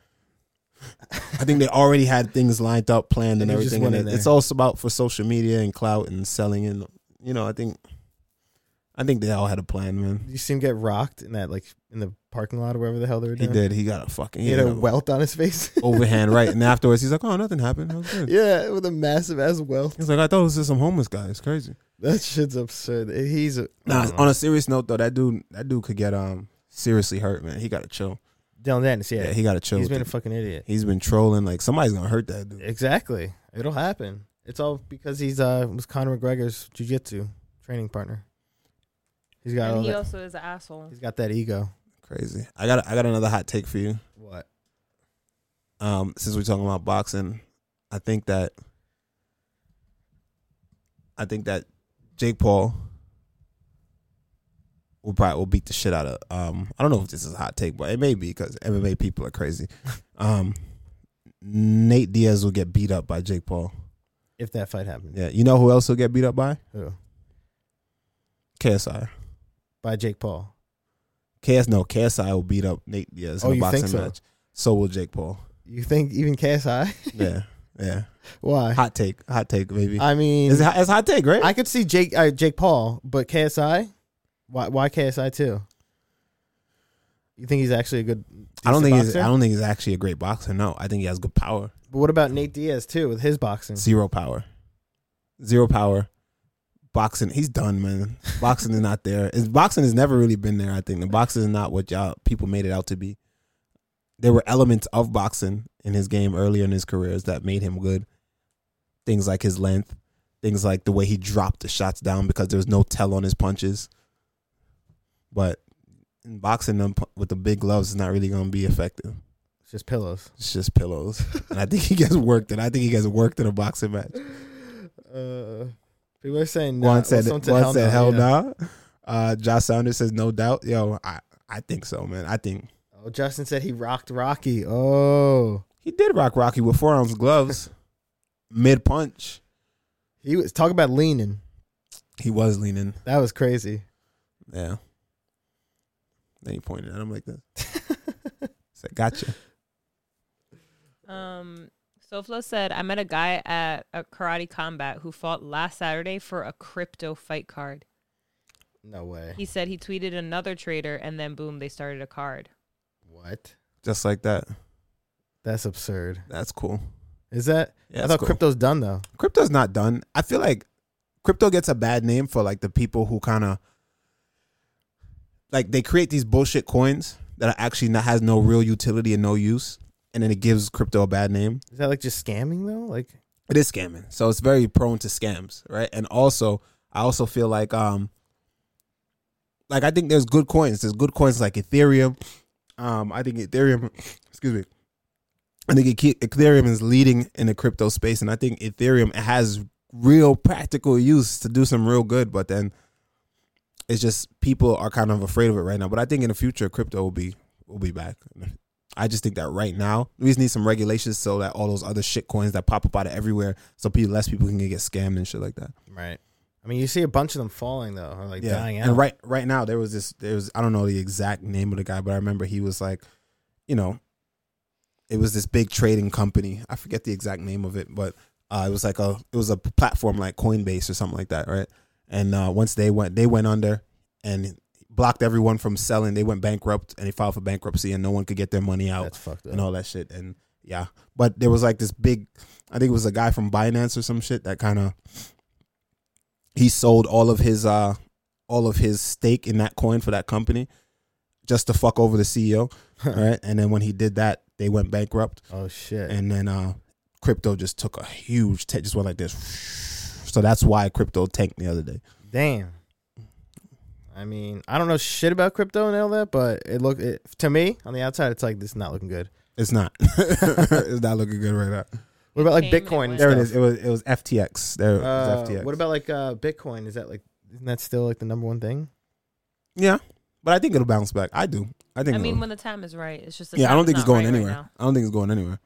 Speaker 1: I think they already had things lined up, planned, and
Speaker 2: He just
Speaker 1: everything.
Speaker 2: went
Speaker 1: And
Speaker 2: in
Speaker 1: it- it's
Speaker 2: there.
Speaker 1: also about for social media and clout and selling. And you know, I think, I think they all had a plan, man.
Speaker 2: You see him get rocked in that like in the parking lot or wherever the hell they were
Speaker 1: He
Speaker 2: doing.
Speaker 1: did. He got a fucking.
Speaker 2: He had a
Speaker 1: got a-
Speaker 2: welt on his face.
Speaker 1: overhand right. And afterwards, he's like, "Oh, nothing happened. That was good."
Speaker 2: yeah, with a massive ass welt.
Speaker 1: He's like, "I thought it was just some homeless guy. It's crazy."
Speaker 2: That shit's absurd. Eh, He's a, mm,
Speaker 1: Nah. On a serious note, though, that dude, that dude could get um seriously hurt, man. He got to chill.
Speaker 2: Dylan Dennis.
Speaker 1: Yeah,
Speaker 2: Yeah,
Speaker 1: he got to chill.
Speaker 2: he's
Speaker 1: with
Speaker 2: been a
Speaker 1: it.
Speaker 2: fucking idiot.
Speaker 1: he's been trolling. Like somebody's gonna hurt that dude.
Speaker 2: Exactly. It'll happen. It's all because he's uh was Conor McGregor's jujitsu training partner. He's got all
Speaker 3: And he
Speaker 2: that,
Speaker 3: also is an asshole.
Speaker 2: he's got that ego.
Speaker 1: Crazy. I got I got another hot take for you.
Speaker 2: What?
Speaker 1: Um, since we're talking about boxing, I think that I think that Jake Paul will probably will beat the shit out of um I don't know if this is a hot take, but it may be because MMA people are crazy. Um Nate Diaz will get beat up by Jake Paul.
Speaker 2: If that fight happened,
Speaker 1: Yeah. You know who else will get beat up by?
Speaker 2: Who?
Speaker 1: KSI.
Speaker 2: by Jake Paul.
Speaker 1: KS no, KSI will beat up Nate Diaz
Speaker 2: Oh,
Speaker 1: in a
Speaker 2: you
Speaker 1: boxing
Speaker 2: think so?
Speaker 1: match. So will Jake Paul.
Speaker 2: You think even KSI?
Speaker 1: Yeah. yeah.
Speaker 2: Why?
Speaker 1: Hot take. Hot take, maybe.
Speaker 2: I mean,
Speaker 1: It's, hot- it's hot take, right?
Speaker 2: I could see Jake uh, Jake Paul, but KSI. Why? Why KSI too? You think he's actually a good?
Speaker 1: I
Speaker 2: decent
Speaker 1: don't think he's.
Speaker 2: boxer?
Speaker 1: I don't think he's actually a great boxer. No, I think he has good power.
Speaker 2: But what about Nate Diaz too with his boxing?
Speaker 1: Zero power. Zero power. Boxing. He's done, man. Boxing is not there. It's, boxing has never really been there. I think the boxing is not what y'all people made it out to be. There were elements of boxing in his game earlier in his careers that made him good. Things like his length, things like the way he dropped the shots down because there was no tell on his punches. But in boxing them pu- with the big gloves is not really going to be effective.
Speaker 2: It's just pillows.
Speaker 1: It's just pillows. And I think he gets worked, and I think he gets worked in a boxing match.
Speaker 2: Uh, people are saying no.
Speaker 1: One said,
Speaker 2: Some
Speaker 1: one
Speaker 2: said
Speaker 1: said, hell
Speaker 2: yeah.
Speaker 1: no. Uh, Josh Saunders says, no doubt. Yo, I, I think so, man. I think
Speaker 2: Oh, Justin said he rocked Rocky. Oh,
Speaker 1: he did rock Rocky with four ounce gloves, mid punch.
Speaker 2: he was talk about leaning.
Speaker 1: He was leaning.
Speaker 2: That was crazy.
Speaker 1: Yeah. Then he pointed at him like this. Said, gotcha.
Speaker 3: Um, Soflo said, I met a guy at a karate combat who fought last Saturday for a crypto fight card.
Speaker 2: no way.
Speaker 3: He said he tweeted another trader, and then boom, they started a card.
Speaker 2: What?
Speaker 1: Just like that.
Speaker 2: That's absurd.
Speaker 1: That's cool.
Speaker 2: Is that?
Speaker 1: Yeah,
Speaker 2: I
Speaker 1: that's
Speaker 2: thought
Speaker 1: cool.
Speaker 2: crypto's done though.
Speaker 1: crypto's not done. I feel like crypto gets a bad name for like the people who kind of like they create these bullshit coins that are actually not has no real utility and no use, and then it gives crypto a bad name.
Speaker 2: Is that like just scamming though? Like
Speaker 1: It is scamming, so it's very prone to scams, right? And also, I also feel like um, like I think there's good coins. There's good coins like Ethereum. Um, I think Ethereum, excuse me, I think it keep, Ethereum is leading in the crypto space, and I think Ethereum has real practical use to do some real good. But then it's just people are kind of afraid of it right now. But I think in the future, crypto will be will be back. I just think that right now we just need some regulations so that all those other shit coins that pop up out of everywhere, so pe less people can get scammed and shit like that.
Speaker 2: Right. I mean, you see a bunch of them falling though, or like dying out.
Speaker 1: And right right now there was this there was I don't know the exact name of the guy, but I remember he was like, you know, it was this big trading company. I forget the exact name of it, but uh, it was like a it was a platform like Coinbase or something like that, right? And uh, once they went they went under and blocked everyone from selling. They went bankrupt and they filed for bankruptcy and no one could get their money out
Speaker 2: That's fucked up.
Speaker 1: and all that shit. And yeah, but there was like this big, I think it was a guy from Binance or some shit that kind of he sold all of his uh all of his stake in that coin for that company just to fuck over the CEO. all right, and then when he did that, they went bankrupt,
Speaker 2: Oh shit.
Speaker 1: and then uh crypto just took a huge ta- just went like this. So that's why crypto tanked the other day.
Speaker 2: Damn. I mean, I don't know shit about crypto and all that, but it look it, to me on the outside, it's like this is not looking good.
Speaker 1: It's not. it's not looking good right now.
Speaker 2: What about like
Speaker 3: came and
Speaker 2: Bitcoin?
Speaker 3: went.
Speaker 1: There it is. It was it was FTX. There it
Speaker 2: Uh,
Speaker 1: was FTX.
Speaker 2: what about like uh, Bitcoin? Is that like isn't that still like the number one thing?
Speaker 1: Yeah, but I think it'll bounce back. I do. I think.
Speaker 3: I
Speaker 1: it'll-
Speaker 3: mean, when the time is right, it's just the
Speaker 1: yeah, I
Speaker 3: time
Speaker 1: don't
Speaker 3: is
Speaker 1: think it's
Speaker 3: not
Speaker 1: going
Speaker 3: right right
Speaker 1: anywhere.
Speaker 3: now.
Speaker 1: I don't think it's going anywhere.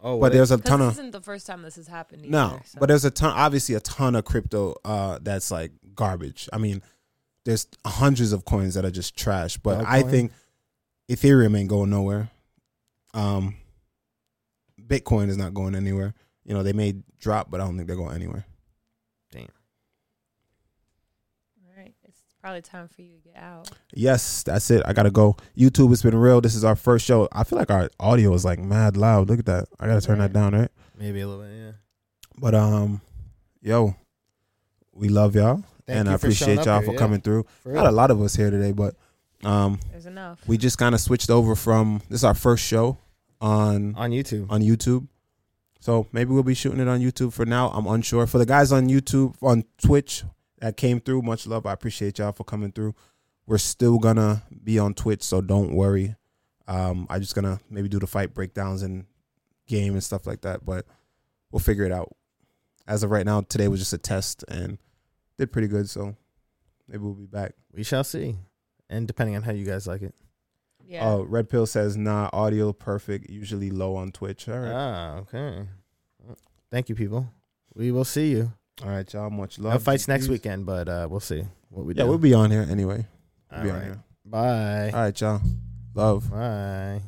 Speaker 2: Oh, well,
Speaker 1: But there's a
Speaker 3: 'Cause
Speaker 1: ton
Speaker 3: this
Speaker 1: of
Speaker 3: isn't the first time this has happened. Either,
Speaker 1: no,
Speaker 3: so.
Speaker 1: but there's a ton. Obviously, a ton of crypto uh, that's like garbage. I mean, there's hundreds of coins that are just trash. But I
Speaker 2: Dogecoin?
Speaker 1: think Ethereum ain't going nowhere. Um, Bitcoin is not going anywhere. You know, they may drop, but I don't think they're going anywhere.
Speaker 3: All right, it's probably time for you to get out.
Speaker 1: Yes, that's it. I gotta go. YouTube, it's been real. This is our first show. I feel like our audio is like mad loud. Look at that. I gotta turn that down, right?
Speaker 2: maybe a little bit. Yeah.
Speaker 1: But um, yo, we love y'all,
Speaker 2: Thank
Speaker 1: and
Speaker 2: you
Speaker 1: I
Speaker 2: for showing
Speaker 1: appreciate
Speaker 2: up
Speaker 1: y'all
Speaker 2: here,
Speaker 1: for
Speaker 2: yeah.
Speaker 1: coming through.
Speaker 2: For
Speaker 1: Not a
Speaker 2: real.
Speaker 1: lot of us here today, but um,
Speaker 3: There's enough.
Speaker 1: we just kind of switched over from this is our first show on
Speaker 2: On YouTube.
Speaker 1: on YouTube. So maybe we'll be shooting it on YouTube for now. I'm unsure. For the guys on YouTube, on Twitch that came through, much love. I appreciate y'all for coming through. We're still gonna be on Twitch, so don't worry. Um, I just gonna maybe do the fight breakdowns and game and stuff like that, but we'll figure it out. As of right now, today was just a test and did pretty good, so maybe we'll be back.
Speaker 2: We shall see. And depending on how you guys like it.
Speaker 3: Yeah.
Speaker 1: Oh, Red Pill says nah, audio perfect, usually low on Twitch. All right,
Speaker 2: Ah, okay. Thank you, people. We will see you.
Speaker 1: all right, y'all. Much love.
Speaker 2: No fights next
Speaker 1: GGs.
Speaker 2: weekend, but uh, we'll see what we do.
Speaker 1: Yeah, we'll be on here anyway.
Speaker 2: All
Speaker 1: We'll be on
Speaker 2: right.
Speaker 1: here.
Speaker 2: Bye.
Speaker 1: All right, y'all. Love.
Speaker 2: Bye.